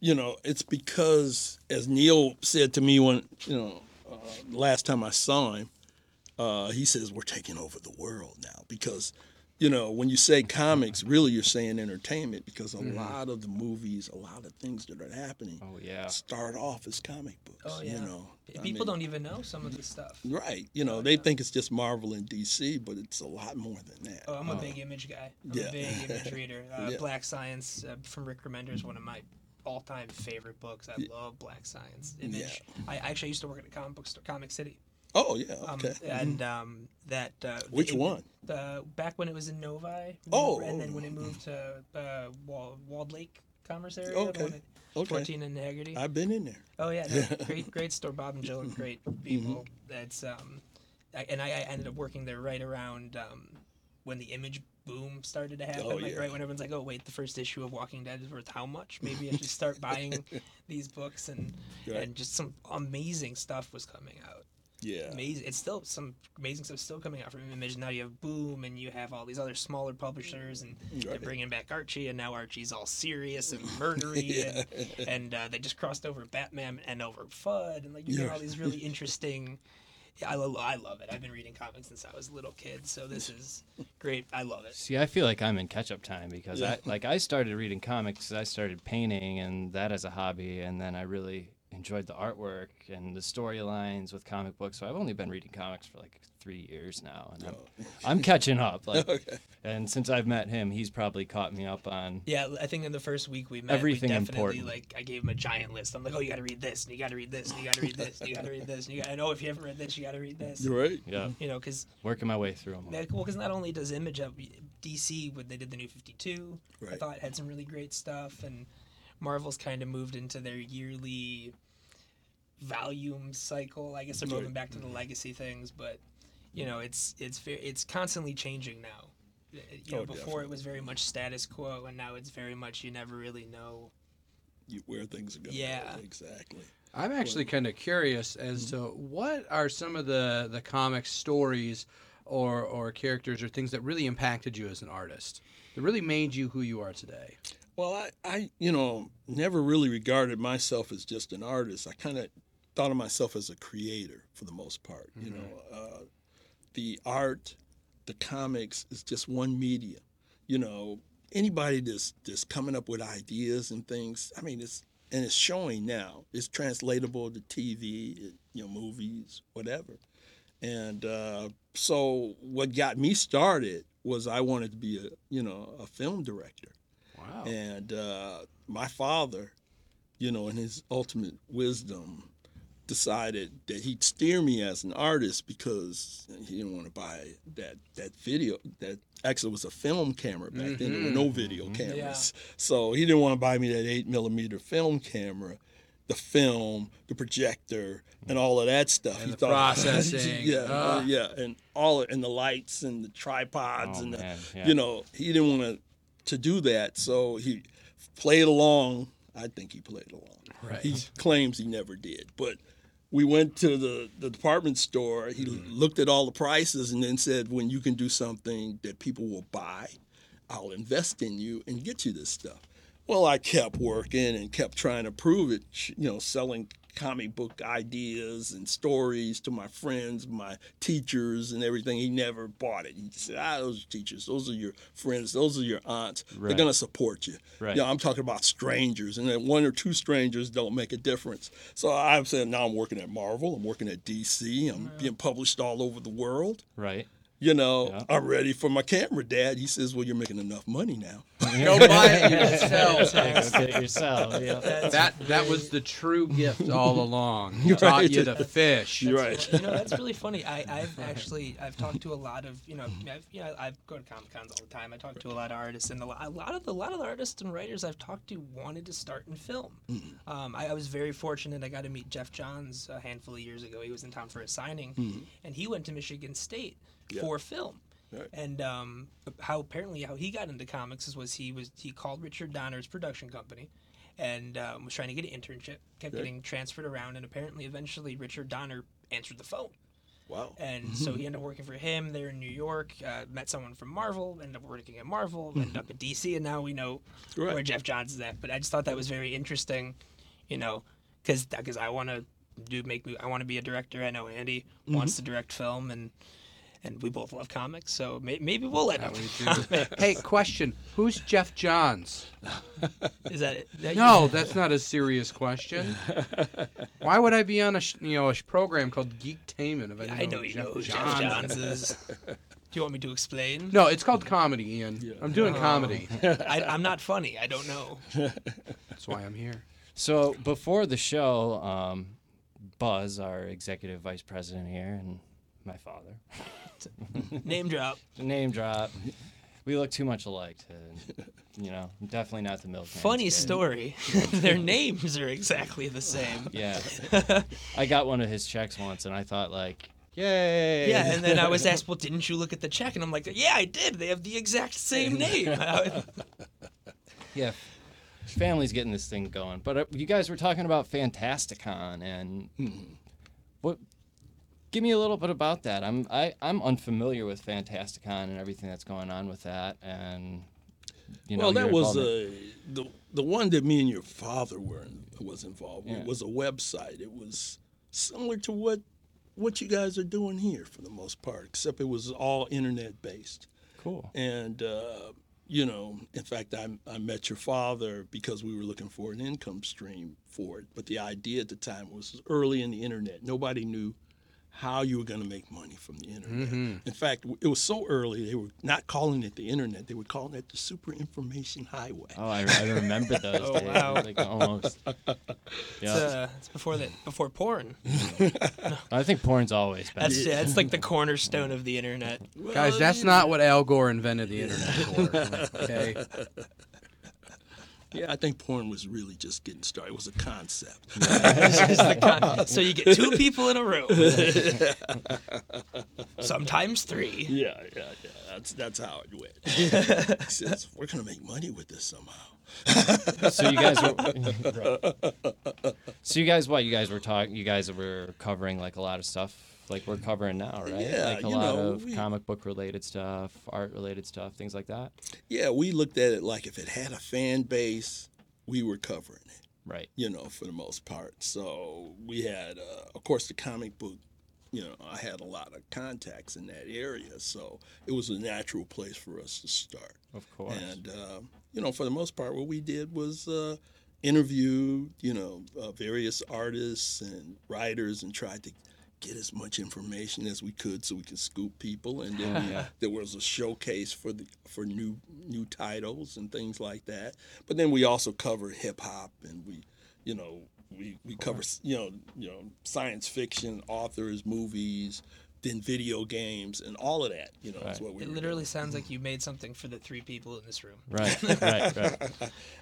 Speaker 10: you know, it's because as Neil said to me when, you know, uh, last time I saw him, uh, he says we're taking over the world now because you know, when you say comics, really you're saying entertainment because a
Speaker 9: Mhm.
Speaker 2: Mm-hmm.
Speaker 10: lot of the movies, a lot of things that are happening
Speaker 1: oh, yeah.
Speaker 10: start off as comic books.
Speaker 2: Oh,
Speaker 10: You
Speaker 2: yeah.
Speaker 10: know, I
Speaker 2: People Oh,
Speaker 10: mean,
Speaker 2: don't even know some of this stuff.
Speaker 10: Right. You know, they think it's just Marvel and DC, but it's a lot more than that.
Speaker 2: Oh, I'm a
Speaker 10: Uh,
Speaker 2: big image guy. I'm
Speaker 10: yeah.
Speaker 2: a big image reader. Uh,
Speaker 10: Yeah.
Speaker 2: Black Science uh, from Rick Remender is one of my all-time favorite books. I
Speaker 10: Ye-
Speaker 2: love Black Science. Image. I actually used to work at a comic book store, Comic City.
Speaker 10: Oh, yeah, okay. Mm-hmm.
Speaker 2: Um, and um, that. Uh, the
Speaker 10: Which
Speaker 2: Im-
Speaker 10: one?
Speaker 2: The back when it was in Novi.
Speaker 10: Oh,
Speaker 2: And then
Speaker 10: oh,
Speaker 2: when it moved to uh, Wald, Wald Lake Commerce area. the
Speaker 10: Okay,
Speaker 2: one at
Speaker 10: Mm-hmm. okay.
Speaker 2: 14 and Haggerty.
Speaker 10: I've been in there.
Speaker 2: Oh yeah, no, great, great store. Bob and Jill are great
Speaker 9: Mm-hmm.
Speaker 2: people. That's um, I, and I, I ended up working there right around um, when the image boom started to happen.
Speaker 9: Oh,
Speaker 2: like
Speaker 9: yeah.
Speaker 2: right when everyone's like, oh wait, the first issue of Walking Dead is worth how much? Maybe I should start buying these books and
Speaker 9: Right.
Speaker 2: and just some amazing stuff was coming out.
Speaker 10: Yeah.
Speaker 2: Amazing. It's still some amazing stuff still coming out from Image. Now you have Boom, and you have all these other smaller publishers, and they're
Speaker 9: Right.
Speaker 2: bringing back Archie, and now Archie's all serious and murdery,
Speaker 9: Yeah.
Speaker 2: and, and uh, they just crossed over Batman and over Fudd, and like you get
Speaker 9: Yeah.
Speaker 2: all these really interesting. Yeah, I, lo- I love it. I've been reading comics since I was a little kid, so this is great. I love it.
Speaker 1: See, I feel like I'm in catch-up time because
Speaker 2: Yeah.
Speaker 1: I like I started reading comics, I started painting, and that as a hobby, and then I really enjoyed the artwork and the storylines with comic books. So I've only been reading comics for like three years now, and I'm, I'm catching up. Like,
Speaker 10: Okay.
Speaker 1: and since I've met him, he's probably caught me up on.
Speaker 2: Yeah, I think in the first week we met,
Speaker 1: Everything
Speaker 2: we definitely
Speaker 1: important.
Speaker 2: like I gave him a giant list. I'm like, oh, you got to read this, and you got to read this, and you got to read this, and you got to read this, and you got. I know if you haven't read this, you got to read this.
Speaker 1: You're right. Yeah.
Speaker 2: You know, because
Speaker 1: Working my way through them.
Speaker 2: That, well, because not only does Image have DC when they did the New Fifty Two, I
Speaker 1: Right.
Speaker 2: thought had some really great stuff, and Marvel's kind of moved into their yearly volume cycle. I guess they're moving
Speaker 9: Right.
Speaker 2: back to the legacy things, but you know, it's it's ve- it's constantly changing now. Uh, You know,
Speaker 10: Oh,
Speaker 2: before it was very much status quo, and now it's very much you never really know.
Speaker 10: You, where things are going.
Speaker 2: Yeah.
Speaker 10: Exactly.
Speaker 3: I'm actually kind of curious as to what are some of the the comic stories or or characters or things that really impacted you as an artist that really made you who you are today.
Speaker 10: Well, I, I, you know, never really regarded myself as just an artist. I kind of thought of myself as a creator for the most part. You know, uh, the art, the comics is just one medium. You know, anybody that's that's coming up with ideas and things. I mean, it's and it's showing now. It's translatable to TV, you know, movies, whatever. And uh, so, what got me started was I wanted to be a you know a film director.
Speaker 3: Wow.
Speaker 10: And uh, my father, you know, in his ultimate wisdom, decided that he'd steer me as an artist because he didn't want to buy that that video that actually was a film camera back then. There were no
Speaker 3: Mm-hmm.
Speaker 9: Mhm.
Speaker 10: video
Speaker 9: Mhm.
Speaker 10: cameras. So he didn't want to buy me that eight millimeter film camera. The film, the projector, and all of that stuff.
Speaker 3: And
Speaker 10: he
Speaker 3: the processing.
Speaker 10: yeah,
Speaker 3: Ah.
Speaker 10: yeah, and all and the lights and the tripods
Speaker 1: Oh,
Speaker 10: and the,
Speaker 1: man, yeah.
Speaker 10: you know, he didn't want to to do that. So he played along. I think he played along.
Speaker 3: Right.
Speaker 10: He claims he never did, but we went to the, the department store. He looked at all the prices and then said, "When you can do something that people will buy, I'll invest in you and get you this stuff." Well, I kept working and kept trying to prove it. sh- You know, selling comic book ideas and stories to my friends, my teachers, and everything. He never bought it. He said, "Ah, those are teachers. Those are your friends. Those are your aunts. They're
Speaker 1: Right.
Speaker 10: gonna support you."
Speaker 1: Right.
Speaker 10: You know, I'm talking about strangers, and that one or two strangers don't make a difference. So I'm saying now I'm working at Marvel, I'm working at DC, I'm being published all over the world.
Speaker 1: Right.
Speaker 10: You know, I'm ready for my camera, Dad. He says, "Well, you're making enough money now.
Speaker 3: Go buy it yourself.
Speaker 1: Go get it yourself, yeah. That's
Speaker 3: That that was the true gift all along. He
Speaker 10: Right.
Speaker 3: taught you to fish.
Speaker 10: You're right.
Speaker 2: You know, that's really funny. I, I've actually I've talked to a lot of you know I've, you know I've go to comic cons all the time. I talk to a lot of artists, and a lo- a lot of the a lot of the artists and writers I've talked to wanted to start in film. Um, I, I was very fortunate. I got to meet Jeff Johns a handful of years ago. He was in town for a signing,
Speaker 9: Mhm.
Speaker 2: and he went to Michigan State
Speaker 9: Yeah.
Speaker 2: for film.
Speaker 9: Right.
Speaker 2: And um, how apparently how he got into comics is was he was he called Richard Donner's production company, and um, was trying to get an internship. Kept
Speaker 9: Right.
Speaker 2: getting transferred around, and apparently eventually Richard Donner answered the phone.
Speaker 10: Wow.
Speaker 2: And so he ended up working for him there in New York. Uh, met someone from Marvel. Ended up working at Marvel. Ended up at DC, and now we know
Speaker 9: Right.
Speaker 2: where Jeff Johns is at. But I just thought that was very interesting, you know, because I want to do make mo- I want to be a director. I know Andy wants to direct film, and and we both love comics, so may- maybe we'll let him.
Speaker 3: hey, question: Who's Jeff Johns?
Speaker 2: Is that it? That-
Speaker 3: no, that's not a serious question. Why would I be on a sh- you know a sh- program called Geektainment if I, didn't
Speaker 2: I know you know who Jeff Johns is. Do you want me to explain?
Speaker 3: No, it's called comedy, Ian. I'm doing
Speaker 2: Oh.
Speaker 3: comedy.
Speaker 2: I, I'm not funny. I don't know.
Speaker 3: That's why I'm here.
Speaker 1: So before the show, um, Buzz, our executive vice president here, and my father.
Speaker 2: Name drop.
Speaker 1: Name drop. We look too much alike to, you know, I'm definitely not the milk.
Speaker 2: Funny story. Their names are exactly the same.
Speaker 1: Yeah. I got one of his checks once, and I thought like, yay.
Speaker 2: Yeah, and then I was asked, "Well, didn't you look at the check?" And I'm like, "Yeah, I did. They have the exact same name." I-
Speaker 1: yeah. Family's getting this thing going, but uh, you guys were talking about Fantasticon and what? Give me a little bit about that. I'm I, I'm unfamiliar with Fantasticon and everything that's going on with that, and you know.
Speaker 10: well, that
Speaker 1: your
Speaker 10: was
Speaker 1: involvement.
Speaker 10: uh, the the one that me and your father were in, was involved. with
Speaker 1: Yeah.
Speaker 10: was a website. It was similar to what what you guys are doing here for the most part, except it was all internet based.
Speaker 1: Cool.
Speaker 10: And uh, you know, in fact, I I met your father because we were looking for an income stream for it. But the idea at the time was early in the internet. Nobody knew how you were going to make money from the internet.
Speaker 3: Mhm.
Speaker 10: In fact, w- it was so early they were not calling it the internet; they were calling it the super information highway.
Speaker 3: Uh,
Speaker 1: Oh, I, I remember those
Speaker 2: Oh,
Speaker 1: days.
Speaker 2: wow.
Speaker 1: Like almost.
Speaker 2: It's,
Speaker 1: Yeah.
Speaker 2: uh, it's before that. Before porn.
Speaker 1: I think porn's always been.
Speaker 2: That's that's like the cornerstone of the internet. Oh,
Speaker 3: Guys, that's not what Al Gore invented the internet for. Okay.
Speaker 10: Yeah, I think porn was really just getting started. It was a concept.
Speaker 2: It's just the con- so you get two people in a room, sometimes three.
Speaker 10: Yeah, yeah, yeah. That's that's how it went. He says, we're gonna make money with this somehow.
Speaker 1: So you guys were. so you guys, what you guys were talking? You guys were covering like a lot of stuff, like we're covering now, right?
Speaker 10: Yeah,
Speaker 1: like a
Speaker 10: you
Speaker 1: lot
Speaker 10: know,
Speaker 1: of
Speaker 10: we-
Speaker 1: comic book related stuff, art related stuff, things like that.
Speaker 10: Yeah, we looked at it like if it had a fan base, we were covering it.
Speaker 1: Right.
Speaker 10: You know, for the most part. So we had, uh, of course, the comic book. You know, I had a lot of contacts in that area, so it was a natural place for us to start.
Speaker 1: Of course.
Speaker 10: And uh, you know, for the most part, what we did was uh, interview, you know, uh, various artists and writers, and tried to get as much information as we could so we could scoop people. And then we,
Speaker 1: Yeah.
Speaker 10: there was a showcase for the for new new titles and things like that. But then we also covered hip hop, and we, you know, we we cover you know you know science fiction authors, movies. Then video games and all of that, you know,
Speaker 1: Right.
Speaker 10: is what we
Speaker 2: It
Speaker 10: were
Speaker 2: literally sounds like you made something for the three people in this room.
Speaker 1: Right. Right. Right.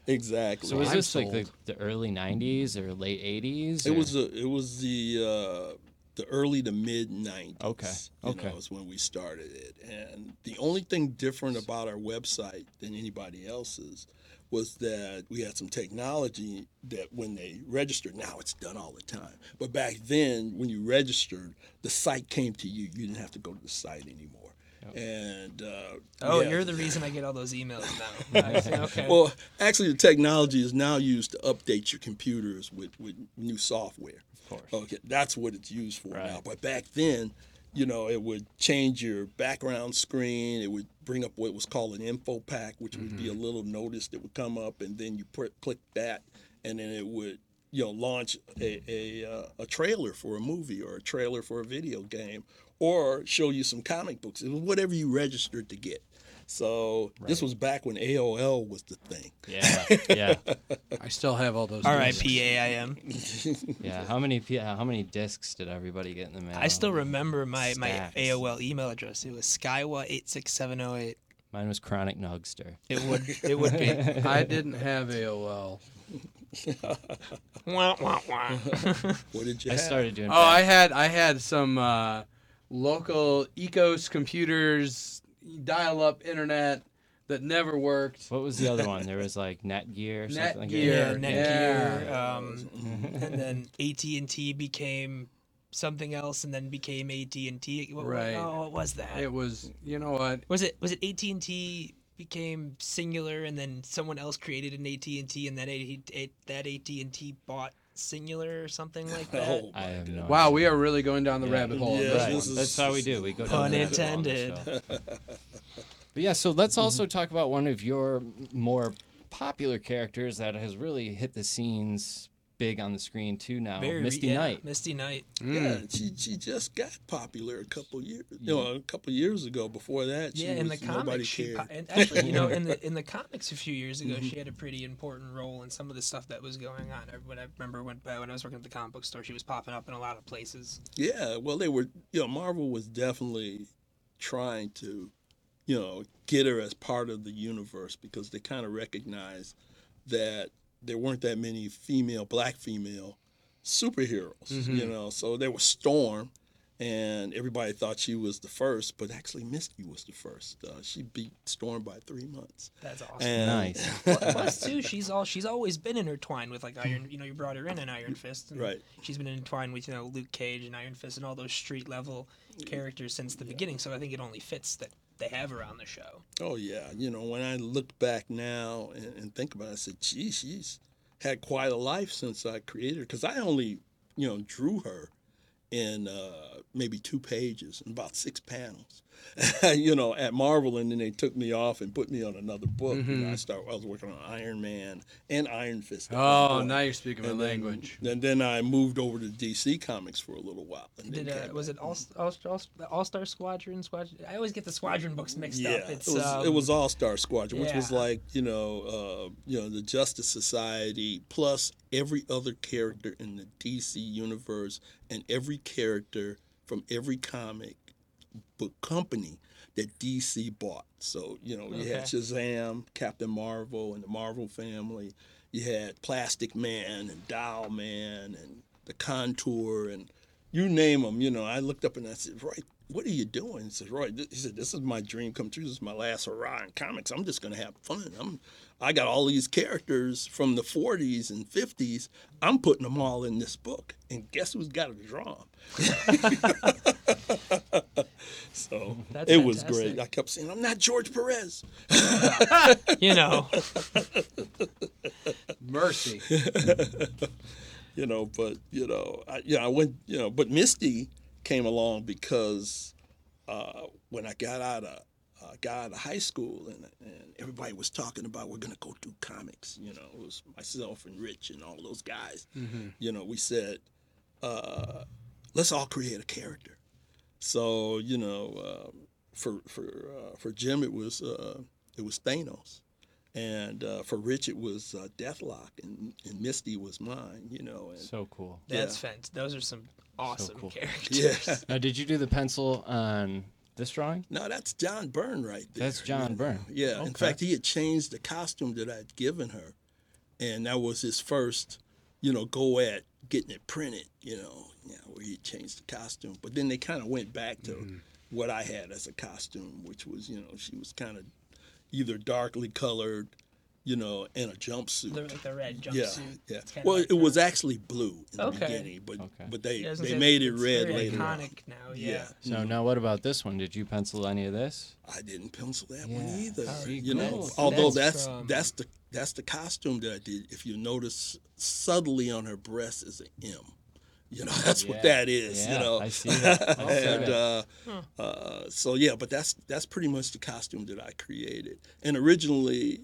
Speaker 10: exactly.
Speaker 1: So was this like the, the early '90s or late '80s?
Speaker 10: It
Speaker 1: or-
Speaker 10: was the it was the uh, the early to mid nineties.
Speaker 1: Okay, okay.
Speaker 10: Know, is when we started it, and the only thing different about our website than anybody else's was that we had some technology that when they registered now it's done all the time but back then when you registered the site came to you you didn't have to go to the site anymore and uh,
Speaker 2: Oh,
Speaker 10: yeah.
Speaker 2: you're the reason I get all those emails now. I say, okay.
Speaker 10: Well, actually, the technology is now used to update your computers with, with new software. Of
Speaker 1: course.
Speaker 10: Okay, that's what it's used for now. But back then, you know, it would change your background screen. It would bring up what was called an info pack, which would be a little notice that would come up, and then you pr- click that, and then it would you know launch a a, uh, a trailer for a movie or a trailer for a video game or show you some comic books. It was whatever you registered to get. So this was back when AOL was the thing.
Speaker 1: Yeah. Yeah.
Speaker 3: I still have all those.
Speaker 2: R.I.P. AIM.
Speaker 1: Yeah. How many? p- How many discs did everybody get in the mail?
Speaker 2: I still remember my, my
Speaker 1: Stacks.
Speaker 2: AOL email address. It was skywa eight six seven zero eight.
Speaker 1: Mine was Chronic Nugster.
Speaker 2: It would it would be.
Speaker 3: I didn't have AOL.
Speaker 2: wah, wah, wah.
Speaker 10: What did you
Speaker 1: I
Speaker 10: have?
Speaker 1: started doing.
Speaker 3: Oh, I had I had some uh, local Ecos computers, dial-up internet that never worked.
Speaker 1: What was the other one? There was like Netgear or something like that.
Speaker 3: Netgear.
Speaker 2: yeah,
Speaker 3: Gear,
Speaker 2: Netgear.
Speaker 3: yeah.
Speaker 2: Um, and then AT and T became something else, and then became AT and T. What,
Speaker 3: Right.
Speaker 2: Oh, what was that?
Speaker 3: It was, you know what?
Speaker 2: was it was it AT and T became singular, and then someone else created an AT and T, and that AT that AT and T bought singular or something
Speaker 10: Oh
Speaker 2: like
Speaker 3: Oh,
Speaker 2: that.
Speaker 1: I have no
Speaker 3: wow,
Speaker 1: idea.
Speaker 3: we are really going down the
Speaker 1: Yeah.
Speaker 3: rabbit hole. on
Speaker 1: Yeah,
Speaker 3: this
Speaker 1: right.
Speaker 3: one.
Speaker 1: That's how we do. We go down
Speaker 2: Pun
Speaker 1: the rabbit hole on the
Speaker 2: intended.
Speaker 1: show. Mm-hmm. But yeah, so let's also talk about one of your more popular characters that has really hit the scenes big on the screen too now,
Speaker 2: Very-
Speaker 1: Oh, Misty
Speaker 2: yeah,
Speaker 1: Knight.
Speaker 2: Misty Knight.
Speaker 10: Yeah, she she just got popular a couple years, you know, a couple years ago. Before that, she
Speaker 2: Yeah, in the
Speaker 10: was- nobody
Speaker 2: comics, she
Speaker 10: cared.
Speaker 2: po- and actually, you know, in the in the comics a few years ago, she had a pretty important role in some of the stuff that was going on. I, when I remember when uh, when I was working at the comic book store, she was popping up in a lot of places.
Speaker 10: Yeah, well, they were, you know, Marvel was definitely trying to, you know, get her as part of the universe because they kind of recognized that there weren't that many female, black female superheroes, you
Speaker 3: Mhm.
Speaker 10: know. So there was Storm, and everybody thought she was the first, but actually Misty was the first. Uh, she beat Storm by three months.
Speaker 2: That's awesome.
Speaker 10: And-
Speaker 1: Nice.
Speaker 2: Well, Plus, too, she's all she's always been intertwined with like Iron. You know, you brought her in in Iron Fist. And
Speaker 10: Right.
Speaker 2: She's been intertwined with you know Luke Cage and Iron Fist and all those street level
Speaker 10: Mm.
Speaker 2: characters since the beginning. So I think it only fits that they have her on the show.
Speaker 10: Oh yeah, you know when I look back now and, and think about it, I said, "Gee, she's had quite a life since I created her." Because I only, you know, drew her in uh, maybe two pages and about six panels, you know, at Marvel, and then they took me off and put me on another book. You
Speaker 2: Mm-hmm.
Speaker 10: know, I start. I was working on Iron Man and Iron Fist. at that
Speaker 3: Oh,
Speaker 10: point.
Speaker 3: now you're speaking my
Speaker 10: And then-
Speaker 3: language.
Speaker 10: And then I moved over to DC Comics for a little while. And then
Speaker 2: Did uh,
Speaker 10: came
Speaker 2: was it all all, all, all Star Squadron Squadron? I always get the Squadron books mixed up. It's
Speaker 10: it was,
Speaker 2: um,
Speaker 10: All Star Squadron, which was
Speaker 2: yeah.
Speaker 10: like you know, uh, you know, the Justice Society plus every other character in the DC universe and every character from every comic book company that DC bought. So you know, you had
Speaker 2: Okay.
Speaker 10: Shazam, Captain Marvel, and the Marvel family. You had Plastic Man and Dial Man and the Contour and you name them. You know, I looked up and I said, Roy, what are you doing? He said, Roy, th- he said, this is my dream come true. This is my last hurrah in comics. I'm just gonna have fun. I'm, I got all these characters from the 40s and 50s. I'm putting them all in this book, and guess who's got to draw them? so
Speaker 2: That's
Speaker 10: it was
Speaker 2: fantastic.
Speaker 10: great. I kept saying, I'm not George Perez.
Speaker 2: you know
Speaker 3: Mercy.
Speaker 10: you know, but you know, I, you know, I went, you know, but Misty came along because uh, when I got out of uh, got out of high school and and everybody was talking about we're gonna go do comics, you know, it was myself and Rich and all those guys, you know, we said uh, let's all create a character. So you know, um, for for uh, for Jim it was uh, it was Thanos and uh, for Rich it was uh, Deathlock, and, and Misty was mine, you know. And
Speaker 1: So cool.
Speaker 2: that's fantastic. Those are some awesome
Speaker 1: cool.
Speaker 2: characters.
Speaker 10: yeah,
Speaker 1: Now, did you do the pencil on this drawing?
Speaker 10: no, that's John Byrne right there.
Speaker 1: That's John Byrne.
Speaker 10: Yeah, in
Speaker 1: Okay.
Speaker 10: fact, he had changed the costume that I'd given her, and that was his first, you know, go at getting it printed, you know, you know, where he changed the costume. But then they kind of went back to
Speaker 1: Mm-hmm.
Speaker 10: what I had as a costume, which was, you know, she was kind of either darkly colored, you know, and a jumpsuit.
Speaker 2: They're like the red jumpsuit.
Speaker 10: Yeah, yeah.
Speaker 2: It's kinda
Speaker 10: Well,
Speaker 2: like
Speaker 10: it was
Speaker 2: the-
Speaker 10: actually blue in the
Speaker 2: Okay.
Speaker 10: beginning, but
Speaker 1: Okay.
Speaker 10: but they
Speaker 2: Yeah, I was gonna
Speaker 10: they
Speaker 2: say,
Speaker 10: made it
Speaker 2: it's
Speaker 10: red
Speaker 2: very
Speaker 10: later. on.
Speaker 2: Iconic now. Yeah.
Speaker 10: Yeah.
Speaker 1: So now, what about this one? Did you pencil any of this?
Speaker 10: I didn't pencil that one
Speaker 1: Yeah.
Speaker 10: either.
Speaker 1: Alright,
Speaker 10: You know,
Speaker 1: cool.
Speaker 10: although
Speaker 2: That's
Speaker 10: that's that's,
Speaker 1: um,
Speaker 2: from-
Speaker 10: the that's the costume that I did. If you notice, subtly on her breast is an M. You know, that's
Speaker 1: Yeah.
Speaker 10: what that is.
Speaker 1: Yeah,
Speaker 10: you know,
Speaker 1: I see that. I see
Speaker 10: and
Speaker 1: that.
Speaker 10: uh, uh, so yeah, but that's that's pretty much the costume that I created. And originally,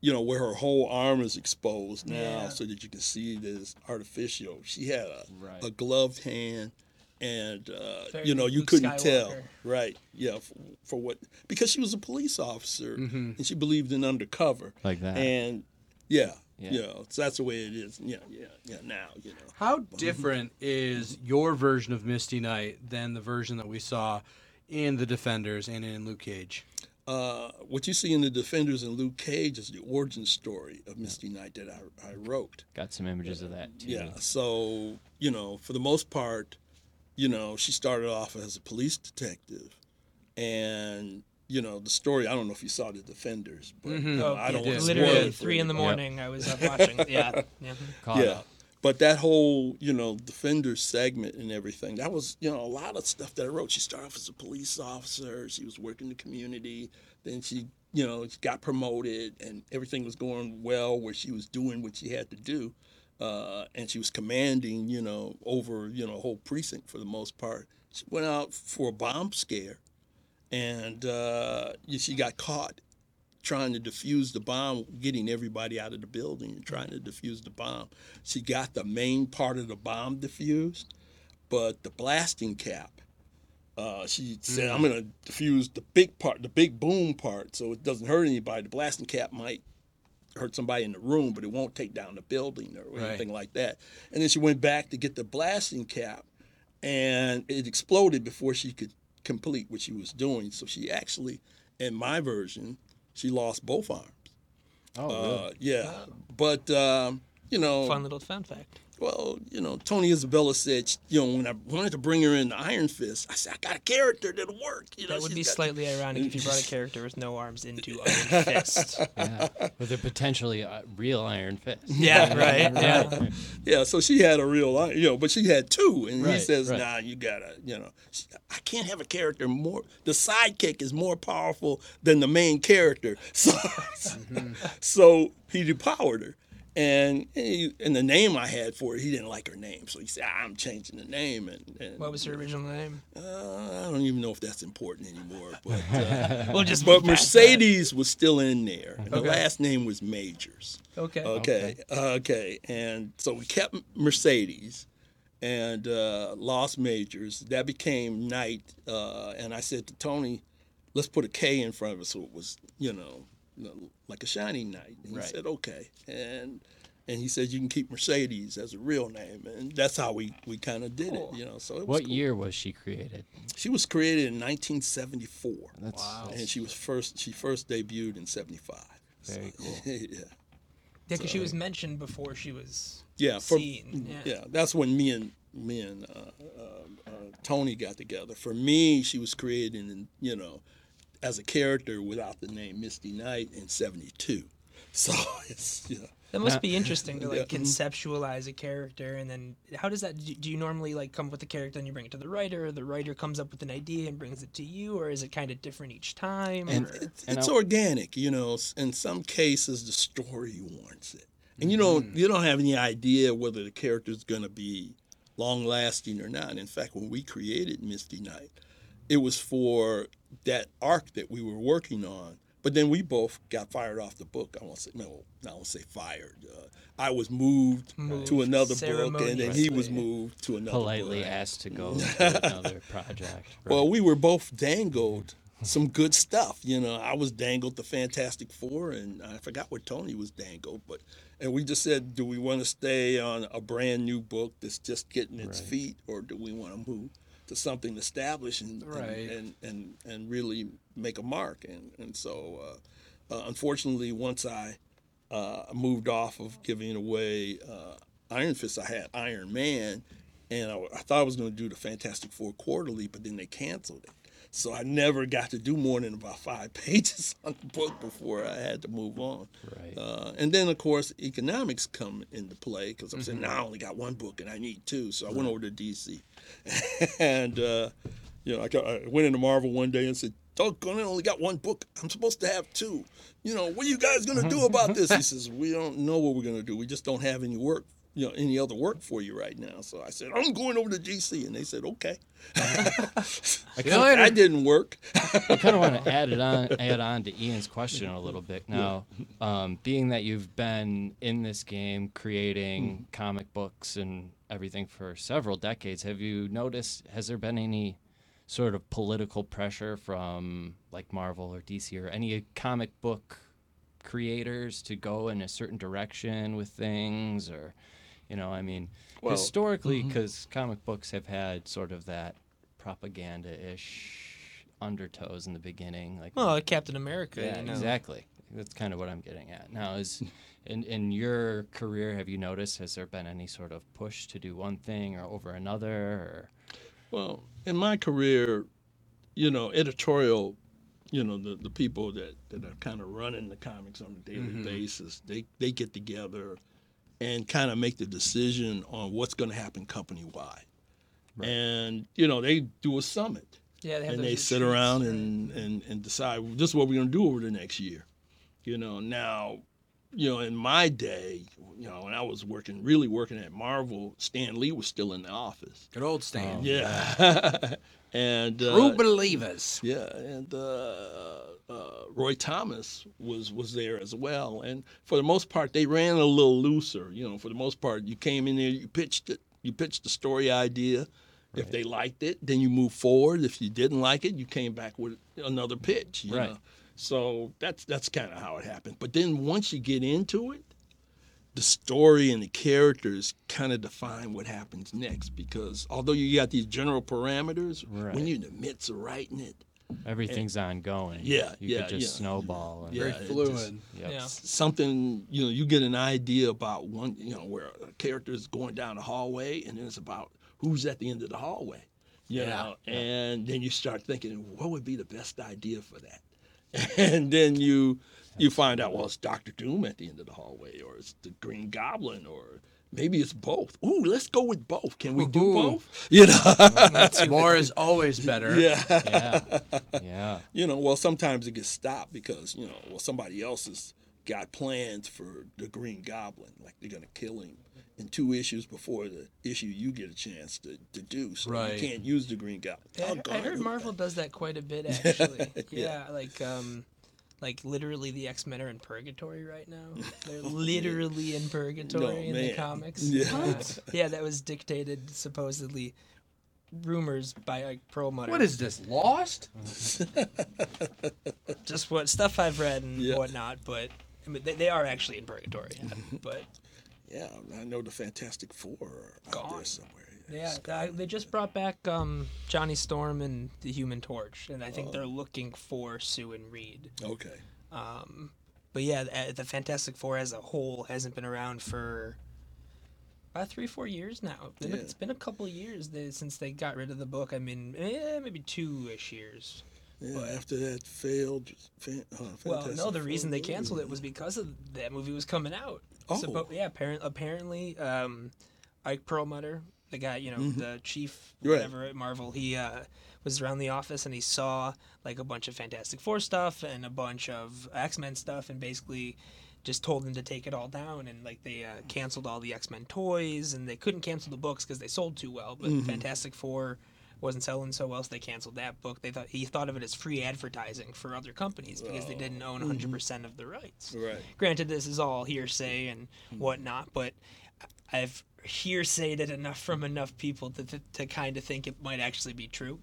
Speaker 10: you know, where her whole arm is exposed now,
Speaker 2: Yeah.
Speaker 10: so that you can see it is artificial. She had a,
Speaker 1: Right.
Speaker 10: a gloved hand, and uh,
Speaker 2: Very
Speaker 10: you know, you
Speaker 2: Luke
Speaker 10: couldn't tell.
Speaker 2: Skywalker.
Speaker 10: Right. Yeah. For, for what? Because she was a police officer and she believed in undercover.
Speaker 1: Like that.
Speaker 10: And yeah,
Speaker 1: Yeah.
Speaker 10: yeah. so that's the way it is. Yeah. Yeah. Yeah. Now, you know.
Speaker 3: How different is your version of Misty Knight than the version that we saw in The Defenders and in Luke Cage?
Speaker 10: Uh, what you see in the Defenders and Luke Cage is the origin story of Misty Knight that I, I wrote.
Speaker 1: Got some images of that too.
Speaker 10: Yeah. So, you know, for the most part, you know, she started off as a police detective. And, you know, the story, I don't know if you saw the Defenders, but you know,
Speaker 2: Oh,
Speaker 10: I
Speaker 2: yeah,
Speaker 10: don't want to
Speaker 2: literally
Speaker 10: spoil it for
Speaker 2: three in the
Speaker 10: anybody.
Speaker 2: morning. I was up watching. Yeah, yeah.
Speaker 1: Caught
Speaker 10: yeah.
Speaker 1: up.
Speaker 10: But that whole, you know, defender segment and everything, that was, you know, a lot of stuff that I wrote. She started off as a police officer. She was working the community. Then she, you know, she got promoted and everything was going well where she was doing what she had to do. uh, and she was commanding, you know, over you know a whole precinct for the most part. She went out for a bomb scare, and uh, yeah, she got caught trying to defuse the bomb, getting everybody out of the building and trying to defuse the bomb. She got the main part of the bomb defused, but the blasting cap. Uh, she said, "I'm gonna defuse the big part, the big boom part, so it doesn't hurt anybody. The blasting cap might hurt somebody in the room, but it won't take down the building or
Speaker 3: Right.
Speaker 10: anything like that. And then she went back to get the blasting cap, and it exploded before she could complete what she was doing. So she actually, in my version, she lost both arms.
Speaker 1: Oh,
Speaker 10: uh, yeah. But um, you know,
Speaker 2: Fun little fun fact.
Speaker 10: well, you know, Tony Isabella said, sh- you know, when I wanted to bring her in the Iron Fist, I said, I got a character that'll work. You know,
Speaker 2: That would
Speaker 10: she's
Speaker 2: be
Speaker 10: got-
Speaker 2: slightly ironic if you brought a character with no arms into Iron Fist.
Speaker 1: yeah. With a potentially uh, real Iron Fist.
Speaker 2: Yeah, right, yeah.
Speaker 10: Yeah, so she had a real life, you know, but she had two, and he
Speaker 1: Right,
Speaker 10: says,
Speaker 1: right.
Speaker 10: "Nah, you gotta, you know, she, I can't have a character more. The sidekick is more powerful than the main character." So, so he depowered her, and he, and the name I had for her, he didn't like her name, so he said, "I'm changing the name." And, and
Speaker 2: What was her original name?
Speaker 10: uh, I don't even know if that's important anymore, but uh,
Speaker 2: We'll just
Speaker 10: but
Speaker 2: move past that.
Speaker 10: Mercedes was still in there. And
Speaker 2: Okay.
Speaker 10: The last name was Majors.
Speaker 2: Okay.
Speaker 10: Okay. Okay. And so we kept Mercedes and uh, lost Majors. That became Knight. Uh, and I said to Tony, let's put a K in front of it so it was, you know, like a shining knight. And
Speaker 3: Right.
Speaker 10: he said, okay. And and he said, you can keep Mercedes as a real name. And that's how we, we kind of did it, you know. So it was
Speaker 1: What
Speaker 10: cool.
Speaker 1: year was she created?
Speaker 10: She was created in 1974.
Speaker 1: That's, wow.
Speaker 10: And she was first, she first debuted in 75. Very cool. yeah.
Speaker 2: Yeah, 'cause she was mentioned before she was
Speaker 10: Yeah,
Speaker 2: seen.
Speaker 10: yeah.
Speaker 2: Yeah.
Speaker 10: that's when me and me and uh, uh, uh, Tony got together. For me, she was created, in, you know, as a character without the name Misty Knight in '72. So it's yeah.
Speaker 2: That must
Speaker 1: Now-
Speaker 2: be interesting to like
Speaker 10: Yeah. Mm-hmm.
Speaker 2: conceptualize a character, and then how does that? Do do you normally like come up with a character and you bring it to the writer, or the writer comes up with an idea and brings it to you, or is it kind of different each time?
Speaker 1: And-
Speaker 2: or-
Speaker 10: It's,
Speaker 1: And
Speaker 10: it's
Speaker 1: I-
Speaker 10: organic, you know. s- In some cases, the story warrants it, and you
Speaker 1: Mm-hmm.
Speaker 10: don't you don't have any idea whether the character's going to be long lasting or not. In fact, when we created Misty Knight, it was for that arc that we were working on. But then we both got fired off the book. I won't say no. I won't say fired. Uh, I was moved, to
Speaker 2: Moved
Speaker 10: another book, and then he was
Speaker 2: ceremoniously.
Speaker 10: moved to another.
Speaker 1: Politely
Speaker 10: book.
Speaker 1: asked to go to another project.
Speaker 10: Well,
Speaker 1: Right.
Speaker 10: we were both dangled some good stuff. You know, I was dangled the Fantastic Four, and I forgot what Tony was dangled, but and we just said, do we want to stay on a brand new book that's just getting its
Speaker 1: Right.
Speaker 10: feet, or do we want to move to something established and and-
Speaker 3: Right.
Speaker 10: and, and and really make a mark? And and so, uh, uh, unfortunately, once I uh, moved off of giving away uh, Iron Fist. I had Iron Man, and I, I thought I was going to do the Fantastic Four quarterly, but then they canceled it. So I never got to do more than about five pages on the book before I had to move on.
Speaker 1: Right.
Speaker 10: Uh, and then, of course, economics come into play because I'm saying, now I only got one book and I need two. So I went over to DC. and, uh, you know, I, got, I went into Marvel one day and said, Doggone, I only got one book. I'm supposed to have two. You know, what are you guys going to do about this? He says, We don't know what we're going to do. We just don't have any work, you know, any other work for you right now. So I said, I'm going over to DC. And they said, Okay.
Speaker 3: you later.
Speaker 10: I didn't work.
Speaker 1: I kind of want to add it on, add on to Ian's question a little bit now. Um, being that you've been in this game creating comic books and everything for several decades, have you noticed? Has there been any sort of political pressure from like Marvel or DC or any comic book creators to go in a certain direction with things or? You know, I mean, historically,
Speaker 10: Mm-hmm.
Speaker 1: because comic books have had sort of that propaganda ish undertows in the beginning. Like,
Speaker 2: well, like Captain America.
Speaker 1: yeah,
Speaker 2: you know.
Speaker 1: exactly. That's kind of what I'm getting at. Now, is in in your career, have you noticed has there been any sort of push to do one thing or over another? Or,
Speaker 10: Well, in my career, you know, editorial, you know, the, the people that, that are kind of running the comics on a
Speaker 2: Mm-hmm.
Speaker 10: daily basis, they, they get together and kind of make the decision on what's going to happen company wide. And, you know, they do a summit
Speaker 2: Yeah, they have
Speaker 10: and
Speaker 2: those
Speaker 10: they sit
Speaker 2: retreats,
Speaker 10: around
Speaker 2: right.
Speaker 10: and, and, and decide this is what we're going to do over the next year. You know, now you know, in my day, you know, when I was working, really working at Marvel, Stan Lee was still in the office.
Speaker 3: Good old
Speaker 10: Oh.
Speaker 3: Stan.
Speaker 10: Yeah. and
Speaker 3: True believers.
Speaker 10: Yeah, and uh, uh, Roy Thomas was was there as well. And for the most part, they ran a little looser. You know, for the most part, you came in there, you pitched it, you pitched the story idea. If they liked it, then you moved forward. If you didn't like it, you came back with another pitch. You
Speaker 1: Right.
Speaker 10: Know? So that's that's kind of how it happened. But then once you get into it, the story and the characters kind of define what happens next. Because although you got these general parameters,
Speaker 1: Right.
Speaker 10: when you're in the midst of writing it,
Speaker 1: Everything's ongoing.
Speaker 10: Yeah,
Speaker 1: You
Speaker 10: yeah,
Speaker 1: could just
Speaker 10: yeah.
Speaker 1: snowball. and-
Speaker 10: Very
Speaker 1: it just-
Speaker 3: fluid.
Speaker 1: yep.
Speaker 2: Yeah.
Speaker 10: s- something you know you get an idea about one you know where a character is going down the hallway and then it's about who's at the end of the hallway you know and then you start thinking what would be the best idea for that and then you you find out well it's dr doom at the end of the hallway or it's the green goblin or maybe it's both ooh let's go with both can we do
Speaker 3: Ooh.
Speaker 10: both you know
Speaker 3: More is always better.
Speaker 10: yeah
Speaker 1: Yeah. Yeah.
Speaker 10: you know, well, sometimes it gets stopped because, you know, well, somebody else has got plans for the Green Goblin. Like they're going to kill him in two issues before the issue you get a chance to, to do. So
Speaker 3: Right.
Speaker 10: you can't use the Green Goblin. Oh,
Speaker 2: Yeah, I, I
Speaker 10: Doggone
Speaker 2: heard
Speaker 10: it.
Speaker 2: Marvel does that quite a bit actually. yeah. like um like literally the X-Men are in purgatory right now. They're literally in purgatory
Speaker 10: Oh, No,
Speaker 2: in the
Speaker 10: man.
Speaker 2: comics. Uh,
Speaker 10: Yeah.
Speaker 2: yeah, that was dictated supposedly rumors by like Perlmutter.
Speaker 3: What is this? Lost?
Speaker 2: just what stuff I've read and
Speaker 10: Yeah.
Speaker 2: whatnot, but I mean, they, they are actually in purgatory. But
Speaker 10: Yeah, I know the Fantastic Four are out there somewhere.
Speaker 2: yeah, I- they just brought back um, Johnny Storm and the Human Torch, and I
Speaker 10: Oh.
Speaker 2: think they're looking for Sue and Reed.
Speaker 10: Okay.
Speaker 2: But yeah, the, the Fantastic Four as a whole hasn't been around for about three, four years now. It's been, a,
Speaker 10: Yeah.
Speaker 2: it's been a couple years they, since they got rid of the book. I mean, eh, maybe two-ish years.
Speaker 10: Yeah, after that failed fan, uh, Fantastic
Speaker 2: Well, no, the
Speaker 10: Four
Speaker 2: reason they
Speaker 10: movie.
Speaker 2: canceled it was because of that movie was coming out.
Speaker 10: Oh.
Speaker 2: Suppo- yeah. Apparent, apparently, um, Ike Perlmutter, the guy, you know, the chief,
Speaker 10: Mm-hmm. Right.
Speaker 2: whatever at Marvel, he uh, was around the office and he saw like a bunch of Fantastic Four stuff and a bunch of X Men stuff, and basically just told them to take it all down and like they uh, canceled all the X-Men toys and they couldn't cancel the books because they sold too well but Fantastic Four wasn't selling so well so they canceled that book they thought he thought of it as free advertising for other companies because they didn't own 100% percent of the rights
Speaker 10: Right.
Speaker 2: granted this is all hearsay and whatnot but I- I've hearsayed it enough from enough people to, to, to kind of think it might actually be true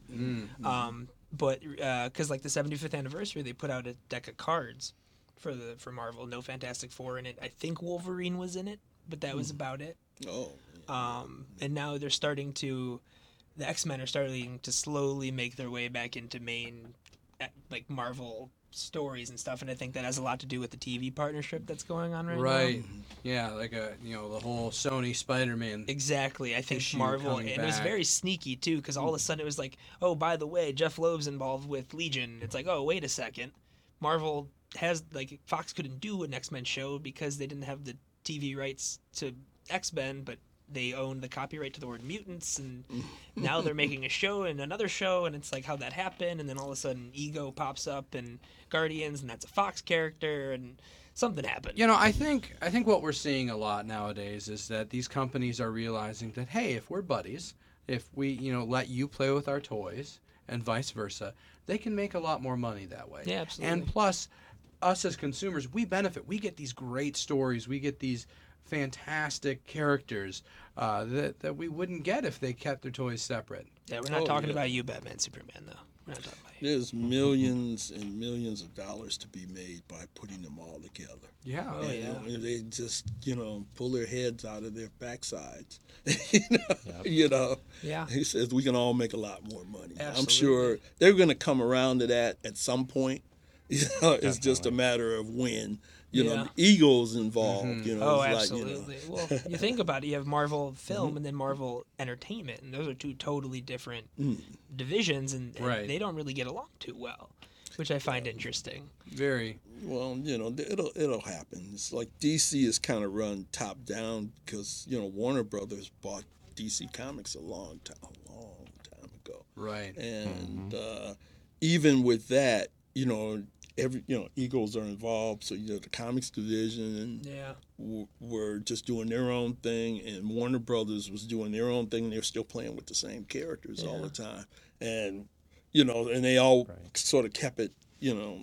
Speaker 2: um, but because like the 75th anniversary they put out a deck of cards for the for Marvel. No Fantastic Four in it. I think Wolverine was in it, but that was about it.
Speaker 10: Oh,
Speaker 2: Um, and now they're starting to, the X Men are starting to slowly make their way back into main, eh, like Marvel stories and stuff. And I think that has a lot to do with the TV partnership that's going on right, now.
Speaker 3: Right. Yeah, like a you know the whole Sony Spider-Man.
Speaker 2: Exactly. I think
Speaker 3: issue
Speaker 2: Marvel, and
Speaker 3: coming
Speaker 2: it was
Speaker 3: back.
Speaker 2: very sneaky too, because all of a sudden it was like, oh, by the way, Jeff Loeb's involved with Legion. It's like, oh, wait a second, Marvel has like Fox couldn't do an X Men show because they didn't have the TV rights to X Men, but they owned the copyright to the word mutants, and now they're making a show and another show, and it's like how that happened, and then all of a sudden Ego pops up and Guardians, and that's a Fox character, and something happened.
Speaker 3: You know, I think I think what we're seeing a lot nowadays is that these companies are realizing that hey, if we're buddies, if we you know let you play with our toys and vice versa, they can make a lot more money that way.
Speaker 2: Yeah, absolutely.
Speaker 3: And plus, us as consumers, we benefit. We get these great stories. We get these fantastic characters uh, that that we wouldn't get if they kept their toys separate.
Speaker 2: Yeah, we're not
Speaker 10: Oh,
Speaker 2: talking
Speaker 10: yeah.
Speaker 2: about you, Batman, Superman, though. We're not talking about you.
Speaker 10: there's millions and millions of dollars to be made by putting them all together.
Speaker 3: Yeah.
Speaker 2: Oh,
Speaker 10: You
Speaker 2: yeah.
Speaker 10: know, and they just, you know, pull their heads out of their backsides. you know, you know.
Speaker 2: Yeah.
Speaker 10: He says we can all make a lot more money. I'm
Speaker 2: Absolutely.
Speaker 10: sure they're going to come around to that at some point. You know, it's just a matter of when. You know,
Speaker 2: Yeah.
Speaker 10: the ego's involved. You know, Mm-hmm.
Speaker 2: Oh,
Speaker 10: it's
Speaker 2: absolutely.
Speaker 10: Like,
Speaker 2: Well, you think about it, you have Marvel Film and then Marvel Entertainment, and those are two totally different
Speaker 10: Mm.
Speaker 2: divisions, and, and
Speaker 3: Right.
Speaker 2: they don't really get along too well, which I find interesting.
Speaker 3: Very.
Speaker 10: you know, well, you know, th- it'll it'll happen. It's like DC is kind of run top down because you know Warner Brothers bought DC Comics a long time, a long time ago.
Speaker 3: Right.
Speaker 10: And uh, even with that, you know, every you know, egos are involved. So you know, the comics division,
Speaker 2: Yeah.
Speaker 10: w- were just doing their own thing, and Warner Brothers was doing their own thing, and they were still playing with the same characters all the time, and you know, and they all sort of kept it, you know,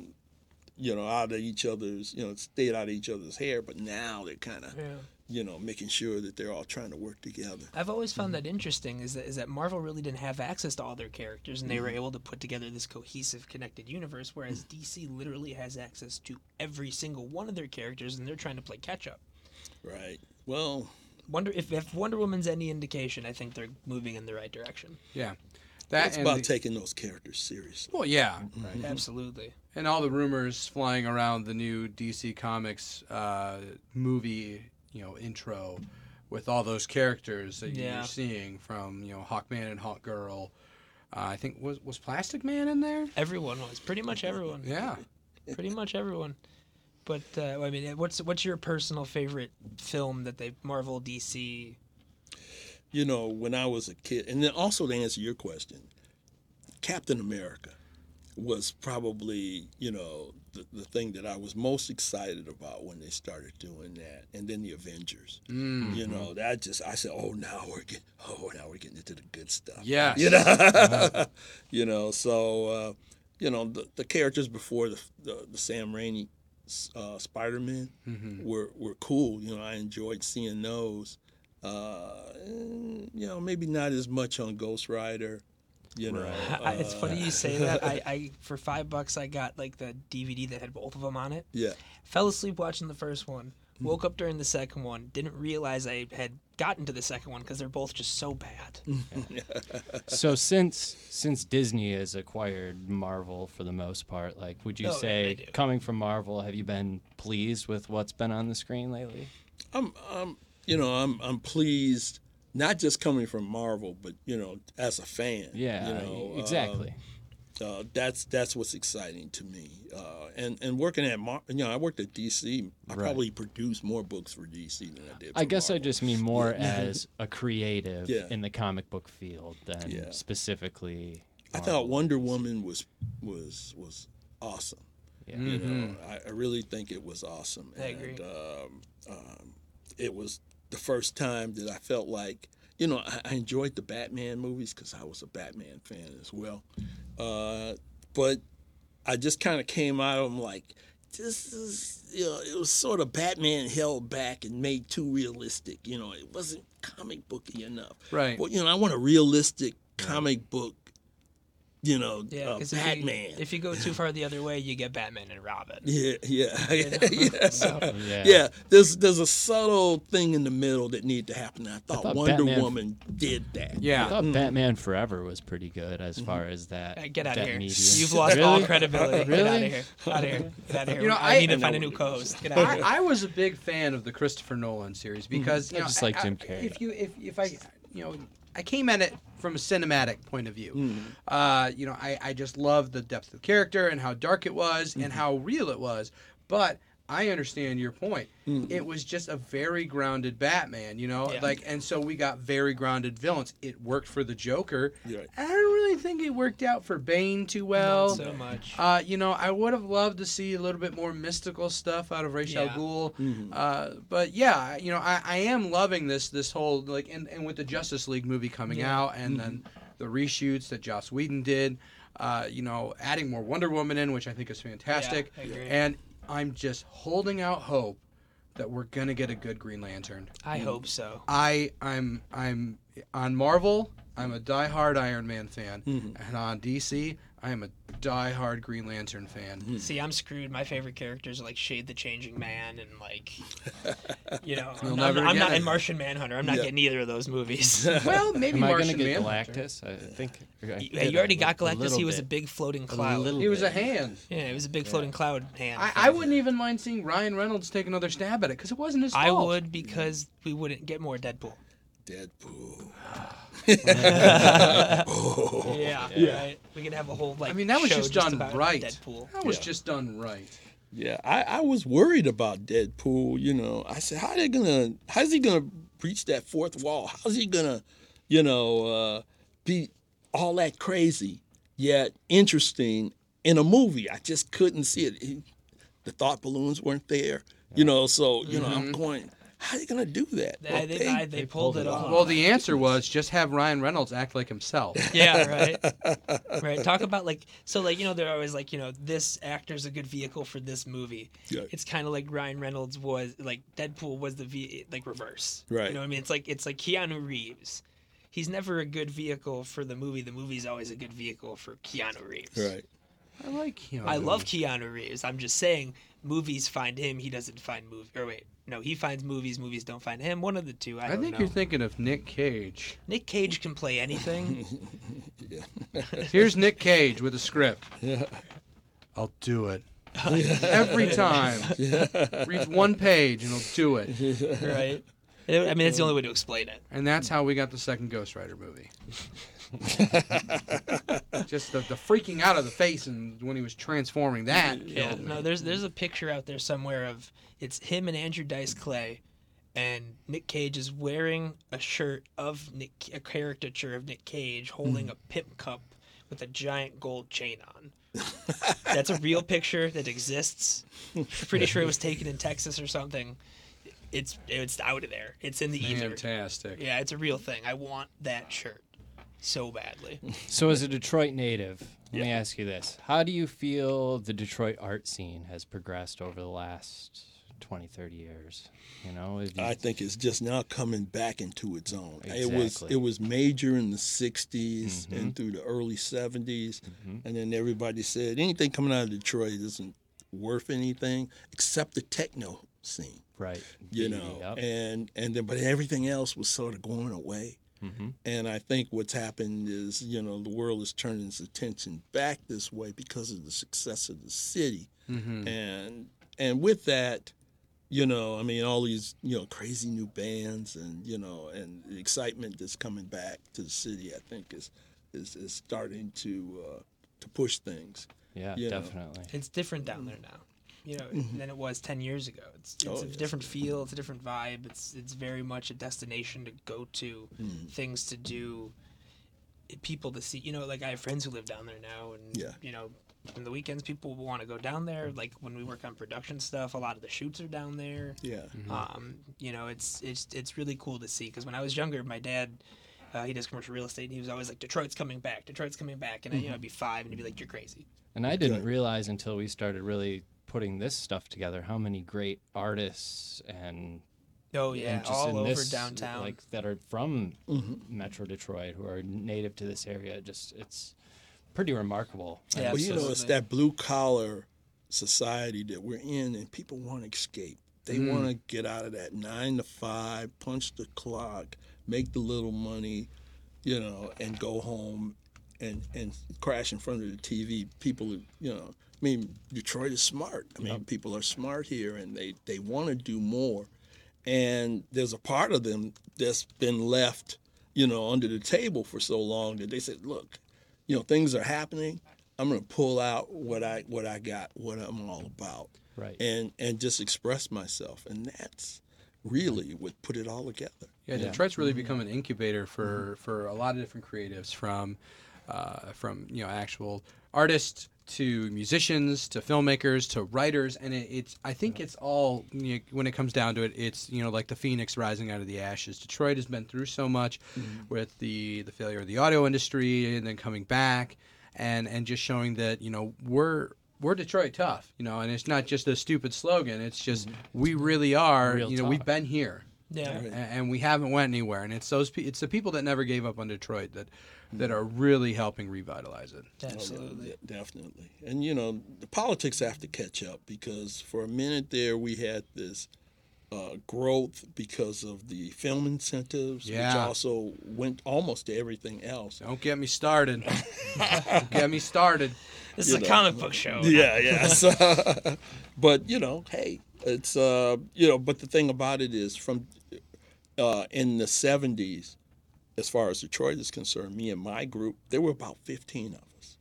Speaker 10: you know, out of each other's, you know, stayed out of each other's hair, but now they're kind of,
Speaker 2: Yeah.
Speaker 10: you know, making sure that they're all trying to work together.
Speaker 2: I've always found
Speaker 10: Mm-hmm.
Speaker 2: that interesting is that is that Marvel really didn't have access to all their characters and they were
Speaker 10: Mhm.
Speaker 2: able to put together this cohesive connected universe whereas
Speaker 10: Mm.
Speaker 2: DC literally has access to every single one of their characters and they're trying to play catch up.
Speaker 10: Right. Well,
Speaker 2: Wonder if, if Wonder Woman's any indication, I think they're moving in the right direction.
Speaker 3: Yeah. That
Speaker 10: it's
Speaker 3: and
Speaker 10: about
Speaker 3: the-
Speaker 10: taking those characters seriously.
Speaker 3: Well, yeah.
Speaker 10: Right.
Speaker 2: Absolutely.
Speaker 3: And all the rumors flying around the new DC Comics uh, movie, you know, intro with all those characters that
Speaker 2: Yeah.
Speaker 3: you're seeing from, you know, Hawkman and Hawkgirl. Uh, I think was was Plastic Man in there?
Speaker 2: Everyone was pretty much everyone.
Speaker 3: Yeah.
Speaker 2: pretty much everyone. But uh, I mean, what's what's your personal favorite film that they Marvel DC?
Speaker 10: You know, when I was a kid, and then also to answer your question, Captain America was probably, you know, the, the thing that I was most excited about when they started doing that. And then the Avengers. You know, that just, I said, oh, now we're getting, oh, now we're getting into the good stuff.
Speaker 3: Yes.
Speaker 10: You know,
Speaker 3: Yeah.
Speaker 10: you know so, uh, you know, the, the characters before the, the, the Sam Raimi uh, Spider Man
Speaker 2: Mm-hmm.
Speaker 3: Mhm.
Speaker 10: were, were cool. You know, I enjoyed seeing those. Uh, and, you know, maybe not as much on Ghost Rider. You know,
Speaker 2: I, it's funny
Speaker 10: uh,
Speaker 2: you say that. I, I for five bucks I got like the DVD that had both of them on it.
Speaker 10: Yeah.
Speaker 2: Fell asleep watching the first one.
Speaker 3: Hmm.
Speaker 2: Woke up during the second one. Didn't realize I had gotten to the second one because they're both just so bad.
Speaker 3: Hmm.
Speaker 1: so since since Disney has acquired Marvel for the most part, like would you
Speaker 2: Oh, yeah,
Speaker 1: say coming from Marvel, have you been pleased with what's been on the screen lately?
Speaker 10: I'm, I'm, you know, I'm, I'm pleased. Not just coming from Marvel, but you know, as a fan.
Speaker 1: Yeah,
Speaker 10: you know,
Speaker 1: e- exactly.
Speaker 10: um, uh, that's that's what's exciting to me. Uh, and and working at, Mar- you know, I worked at DC. I
Speaker 1: Right.
Speaker 10: probably produced more books for DC than I did. For
Speaker 1: I guess I
Speaker 10: Marvel.
Speaker 1: just mean more
Speaker 10: Yeah.
Speaker 1: as a creative
Speaker 10: Yeah.
Speaker 1: in the comic book field than
Speaker 10: Yeah.
Speaker 1: specifically.
Speaker 10: I thought Wonder Woman was was was awesome.
Speaker 1: Yeah.
Speaker 10: You know,
Speaker 1: Mhm.
Speaker 10: I, I really think it was awesome.
Speaker 2: Mm-hmm. I
Speaker 10: and,
Speaker 2: agree.
Speaker 10: Um, um, it was the first time that I felt like you know I, I enjoyed the Batman movies because I was a Batman fan as well, uh, but I just kind of came out of them like this is you know it was sort of Batman held back and made too realistic. You know, it wasn't comic booky enough.
Speaker 3: Right.
Speaker 10: Well, you know, I want a realistic comic book. You know,
Speaker 2: Yeah,
Speaker 3: Oh,
Speaker 10: uh,
Speaker 2: 'cause if you-
Speaker 10: Batman.
Speaker 2: If you go too far the other way, you get Batman and Robin.
Speaker 10: Yeah, yeah, yeah.
Speaker 2: So-
Speaker 10: yeah,
Speaker 1: Yeah.
Speaker 10: There's there's a subtle thing in the middle that needed to happen. I thought,
Speaker 1: thought
Speaker 10: Wonder
Speaker 1: Batman-
Speaker 10: Woman did that.
Speaker 1: I thought Batman Forever was pretty good
Speaker 10: Mm-hmm.
Speaker 1: as far as that.
Speaker 2: Uh, Get out
Speaker 1: that
Speaker 2: of here.
Speaker 1: medium.
Speaker 2: You've lost all
Speaker 1: Really?
Speaker 2: credibility. Get out of
Speaker 1: Really?
Speaker 2: here. Out of here. Get out of here.
Speaker 3: You know,
Speaker 2: I,
Speaker 3: I-
Speaker 2: need
Speaker 3: I
Speaker 2: to
Speaker 3: know
Speaker 2: find a
Speaker 3: what
Speaker 2: new co-host. Get out of
Speaker 3: I,
Speaker 2: here.
Speaker 3: I was a big fan of the Christopher Nolan series because
Speaker 1: Mhm.
Speaker 3: you
Speaker 1: I
Speaker 3: know,
Speaker 1: just like Jim Carrey.
Speaker 3: If you if, if I you know I came at it from a cinematic point of view.
Speaker 1: Mm-hmm.
Speaker 3: Uh, you know, I, I just love the depth of character and how dark it was
Speaker 1: Mm-hmm.
Speaker 3: and how real it was. But I understand your point.
Speaker 1: Mm-hmm.
Speaker 10: Mhm.
Speaker 3: It was just a very grounded Batman, you know,
Speaker 2: Yeah.
Speaker 3: like and so we got very grounded villains. It worked for the Joker.
Speaker 10: You're right.
Speaker 3: I don't really think it worked out for Bane too well.
Speaker 2: Not so much.
Speaker 3: Uh, you know, I would have loved to see a little bit more mystical stuff out of Ra's al
Speaker 2: Yeah.
Speaker 3: Ghul.
Speaker 10: Mhm.
Speaker 3: Uh, but yeah, you know, I, I am loving this this whole like and, and with the Justice League movie coming
Speaker 2: Yeah.
Speaker 3: out and then the reshoots that Joss Whedon did, uh, you know, adding more Wonder Woman in, which I think is fantastic.
Speaker 2: I agree.
Speaker 3: and I'm just holding out hope that we're gonna get a good Green Lantern.
Speaker 2: I hope so.
Speaker 3: I I'm I'm on Marvel. I'm a diehard Iron Man fan, and on DC, I am a diehard Green Lantern fan.
Speaker 2: See, I'm screwed. My favorite characters are like Shade the Changing Man and like, you know,
Speaker 3: You'll
Speaker 2: I'm, not-
Speaker 3: never
Speaker 2: I'm
Speaker 3: get
Speaker 2: not
Speaker 3: it.
Speaker 2: in Martian Manhunter. I'm not
Speaker 10: Yeah.
Speaker 2: getting either of those movies.
Speaker 3: Well, maybe
Speaker 1: Am I
Speaker 3: Martian
Speaker 1: gonna get
Speaker 3: Manhunter.
Speaker 1: Galactus? I think. I
Speaker 2: You,
Speaker 1: did
Speaker 2: you already
Speaker 1: a
Speaker 2: got
Speaker 1: li-
Speaker 2: Galactus.
Speaker 1: little
Speaker 2: He was a
Speaker 1: bit.
Speaker 2: big floating cloud.
Speaker 1: little
Speaker 3: He was a
Speaker 1: bit.
Speaker 3: hand.
Speaker 2: yeah, it was a big floating cloud hand.
Speaker 3: I,
Speaker 2: thing.
Speaker 3: I wouldn't even mind seeing Ryan Reynolds take another stab at it because it wasn't his fault.
Speaker 2: I would because we wouldn't get more Deadpool.
Speaker 10: Deadpool. Oh.
Speaker 2: Yeah, Right? We could have a whole like.
Speaker 3: I mean, that was
Speaker 2: show
Speaker 3: just done
Speaker 2: about
Speaker 3: right.
Speaker 2: Deadpool.
Speaker 3: That was
Speaker 10: Yeah.
Speaker 3: just done right.
Speaker 10: Yeah, I, I was worried about Deadpool. You know, I said, how they gonna? How's he gonna breach that fourth wall? How's he gonna, you know, uh, be all that crazy yet interesting in a movie. I just couldn't see it. He- the thought balloons weren't there, you know. So you know, I'm going. How are they gonna do that?
Speaker 2: They- they- I- they pulled it off.
Speaker 3: Well, the answer was just have Ryan Reynolds act like himself.
Speaker 2: Yeah, right. right. Talk about like so like you know they're always like you know this actor's a good vehicle for this movie.
Speaker 10: Yeah.
Speaker 2: It's kind of like Ryan Reynolds was like Deadpool was the v like reverse.
Speaker 10: Right.
Speaker 2: You know what I mean? It's like it's like Keanu Reeves. He's never a good vehicle for the movie. The movie's always a good vehicle for Keanu Reeves.
Speaker 10: Right.
Speaker 3: I like him.
Speaker 2: I love Keanu Reeves. I'm just saying movies find him. He doesn't find movies. Or wait, no, he finds movies. Movies don't find him. One of the two. I,
Speaker 3: I
Speaker 2: don't
Speaker 3: think
Speaker 2: know.
Speaker 3: you're thinking of Nick Cage.
Speaker 2: Nick Cage can play anything.
Speaker 3: Here's Nick Cage with a script.
Speaker 10: Yeah.
Speaker 3: I'll do it. Every time. Reads one page and he'll do it.
Speaker 2: right? I mean, that's the only way to explain it.
Speaker 3: And that's how we got the second Ghost Rider movie. Just the, the freaking out of the face and when he was transforming that killed
Speaker 2: Yeah.
Speaker 3: me.
Speaker 2: No, there's there's a picture out there somewhere of it's him and Andrew Dice Clay, and Nick Cage is wearing a shirt of Nick, a caricature of Nick Cage holding a pimp cup with a giant gold chain on. That's a real picture that exists. Pretty sure it was taken in Texas or something. It's it's out of there. It's in the ether.
Speaker 3: Fantastic.
Speaker 2: Yeah, it's a real thing. I want that shirt so badly.
Speaker 1: So, as a Detroit native, let me ask you this: How do you feel the Detroit art scene has progressed over the last 20, 30 years? You know, if you-
Speaker 10: I think it's just now coming back into its own. It was
Speaker 1: Exactly.
Speaker 10: it was major in the '60s and through the early '70s, and then everybody said anything coming out of Detroit isn't worth anything except the techno scene,
Speaker 1: right,
Speaker 10: you know. And and then but everything else was sort of going away.
Speaker 1: hmm
Speaker 10: And I think what's happened is, you know, the world is turning its attention back this way because of the success of the city.
Speaker 3: Mhm.
Speaker 10: And and with that, you know, I mean, all these, you know, crazy new bands and, you know, and the excitement that's coming back to the city, I think is is, is starting to uh, to push things.
Speaker 1: yeah,
Speaker 10: you know.
Speaker 1: definitely.
Speaker 2: It's different down there now, you know, than it was ten years ago. It's, it's
Speaker 10: Mm. Mm-hmm. Oh,
Speaker 2: a
Speaker 10: yes.
Speaker 2: different feel. It's a different vibe. It's it's very much a destination to go to,
Speaker 10: Mm.
Speaker 2: things to do, i- people to see. You know, like I have friends who live down there now, and
Speaker 10: Yeah. Mm.
Speaker 2: you know, on the weekends people want to go down there. Like when we work on production stuff, a lot of the shoots are down there.
Speaker 10: Yeah.
Speaker 2: Um, you know, it's it's it's really cool to see because when I was younger, my dad. Uh, he does commercial real estate, and he was always like, "Detroit's coming back, Detroit's coming back," and I,
Speaker 10: Mm-hmm.
Speaker 2: you know, I'd be five, and he'd be like, "You're crazy."
Speaker 1: And I didn't realize until we started really putting this stuff together how many great artists and
Speaker 2: Oh
Speaker 1: and
Speaker 2: yeah,
Speaker 1: just in
Speaker 2: all over
Speaker 1: this,
Speaker 2: downtown.
Speaker 1: like that are from
Speaker 10: Mhm.
Speaker 1: Metro Detroit who are native to this area. Just it's pretty remarkable. I
Speaker 2: Yeah,
Speaker 1: mean,
Speaker 10: Well, you
Speaker 1: so-
Speaker 10: know, it's that blue collar society that we're in, and people want to escape. They want to get out of that nine to five, punch the clock, make the little money, you know, and go home and and crash in front of the TV. People, who, you know, I mean, Detroit is smart. I mean, people are smart here, and they they want to do more. And there's a part of them that's been left, you know, under the table for so long that they said, look, you know, things are happening. I'm gonna pull out what I what I got, what I'm all about,
Speaker 1: right.
Speaker 10: and and just express myself. And that's really what put it all together.
Speaker 3: Yeah, Detroit's
Speaker 1: Mm-hmm.
Speaker 3: really become an incubator for for a lot of different creatives from uh, from you know actual artists to musicians to filmmakers to writers and it, it's I think it's all you know, when it comes down to it it's you know like the phoenix rising out of the ashes Detroit has been through so much
Speaker 1: Mm-hmm.
Speaker 3: with the the failure of the auto industry and then coming back and and just showing that you know we're we're Detroit tough you know and it's not just a stupid slogan it's just we really are
Speaker 1: Mm-hmm. Real
Speaker 3: you know
Speaker 1: talk.
Speaker 3: we've been here
Speaker 2: yeah,
Speaker 10: Right.
Speaker 3: a- and we haven't went anywhere. And it's those pe- it's the people that never gave up on Detroit that that are really helping revitalize it.
Speaker 2: absolutely.
Speaker 10: Oh, Yeah, definitely. And you know, the politics have to catch up because for a minute there we had this uh, growth because of the film incentives, which
Speaker 3: Yeah.
Speaker 10: also went almost to everything else.
Speaker 3: Don't get me started. Don't get me started.
Speaker 2: This
Speaker 10: You
Speaker 2: is a
Speaker 10: know.
Speaker 2: comic book show.
Speaker 10: Yeah, yeah. So, but you know, hey, it's uh, you know, but the thing about it is, from uh, in the '70s, as far as Detroit is concerned, me and my group, there were about 15 of us,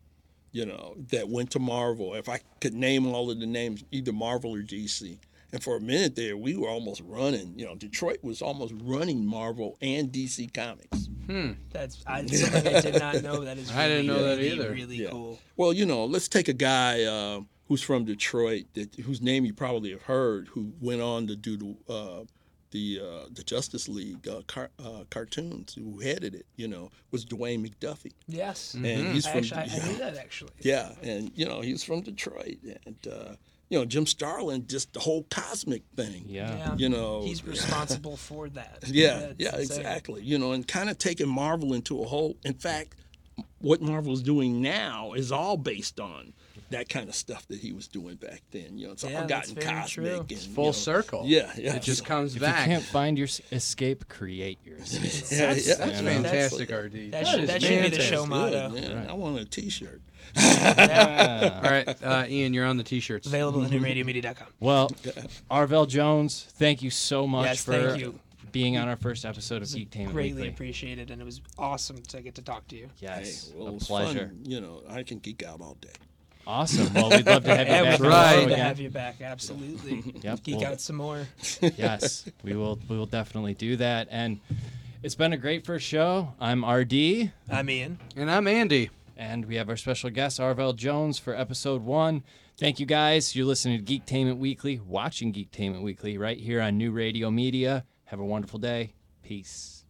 Speaker 10: you know, that went to Marvel. If I could name all of the names, either Marvel or DC. And for a minute there, we were almost running. You know, Detroit was almost running Marvel and DC Comics.
Speaker 3: Hmm.
Speaker 2: That's I, something I did not know. That is. Really,
Speaker 3: I didn't know that
Speaker 2: really,
Speaker 3: either.
Speaker 2: Really
Speaker 10: Yeah.
Speaker 2: cool.
Speaker 10: Well, you know, let's take a guy uh, who's from Detroit, that whose name you probably have heard, who went on to do the uh, the, uh, the Justice League uh, car- uh, cartoons, who headed it. You know, was Dwayne McDuffie.
Speaker 2: Yes.
Speaker 1: Mm-hmm.
Speaker 10: And he's
Speaker 2: I actually,
Speaker 10: from
Speaker 2: I, I
Speaker 10: yeah,
Speaker 2: knew that actually.
Speaker 10: yeah, and you know he's from Detroit, and uh, you know Jim Starlin, just the whole cosmic thing.
Speaker 1: Yeah.
Speaker 10: You know,
Speaker 2: He's responsible for that.
Speaker 10: Yeah,
Speaker 2: That's
Speaker 10: yeah,
Speaker 2: insane.
Speaker 10: exactly. You know, and kind of taking Marvel into a whole. In fact, what Marvel's doing now is all based on that kind of stuff that he was doing back then. You know, it's
Speaker 2: Yeah,
Speaker 10: all
Speaker 2: that's
Speaker 10: gotten
Speaker 2: very
Speaker 10: cosmic.
Speaker 2: true.
Speaker 10: And,
Speaker 2: It's
Speaker 10: you
Speaker 3: Full
Speaker 10: know,
Speaker 3: circle.
Speaker 10: Yeah, yeah.
Speaker 3: It just
Speaker 10: So-
Speaker 3: comes
Speaker 1: If
Speaker 3: back.
Speaker 1: you can't find your s- escape, create yours.
Speaker 10: yeah,
Speaker 2: That's-
Speaker 10: yeah.
Speaker 3: That's
Speaker 1: You know.
Speaker 3: fantastic,
Speaker 10: That's-
Speaker 3: RD.
Speaker 2: that should-
Speaker 10: is
Speaker 2: that should be the show
Speaker 10: fantastic.
Speaker 2: motto.
Speaker 10: Good, man. I want a T-shirt.
Speaker 2: Yeah.
Speaker 3: All right, uh, Ian, you're on the t-shirts.
Speaker 2: Available
Speaker 10: Mm-hmm.
Speaker 2: at newradiomedia.com.
Speaker 1: Well, Arvell Jones, thank you so much
Speaker 2: Yes,
Speaker 1: for
Speaker 2: thank you.
Speaker 1: being on our first episode of Geek Tainment
Speaker 2: Greatly
Speaker 1: Weekly.
Speaker 2: appreciated, and it was awesome to get to talk to you.
Speaker 10: Hey,
Speaker 1: Yes,
Speaker 10: well, it
Speaker 1: a
Speaker 10: was
Speaker 1: pleasure.
Speaker 10: Fun. You know, I can geek out all day.
Speaker 1: Awesome. Well, we'd love to have you
Speaker 2: Yeah,
Speaker 1: back.
Speaker 2: we'd
Speaker 1: on the
Speaker 3: right.
Speaker 1: show
Speaker 2: love to
Speaker 1: again.
Speaker 2: have you back. Absolutely.
Speaker 1: Yep,
Speaker 2: Geek
Speaker 1: we'll-
Speaker 2: out some more.
Speaker 1: yes, we will. We will definitely do that. And it's been a great first show. I'm RD,
Speaker 2: I'm Ian.
Speaker 3: And I'm Andy.
Speaker 1: and we have our special guest Arvell Jones for episode one. Thank you guys. You're listening to Geektainment Weekly, watching Geektainment Weekly right here on New Radio Media. Have a wonderful day. Peace.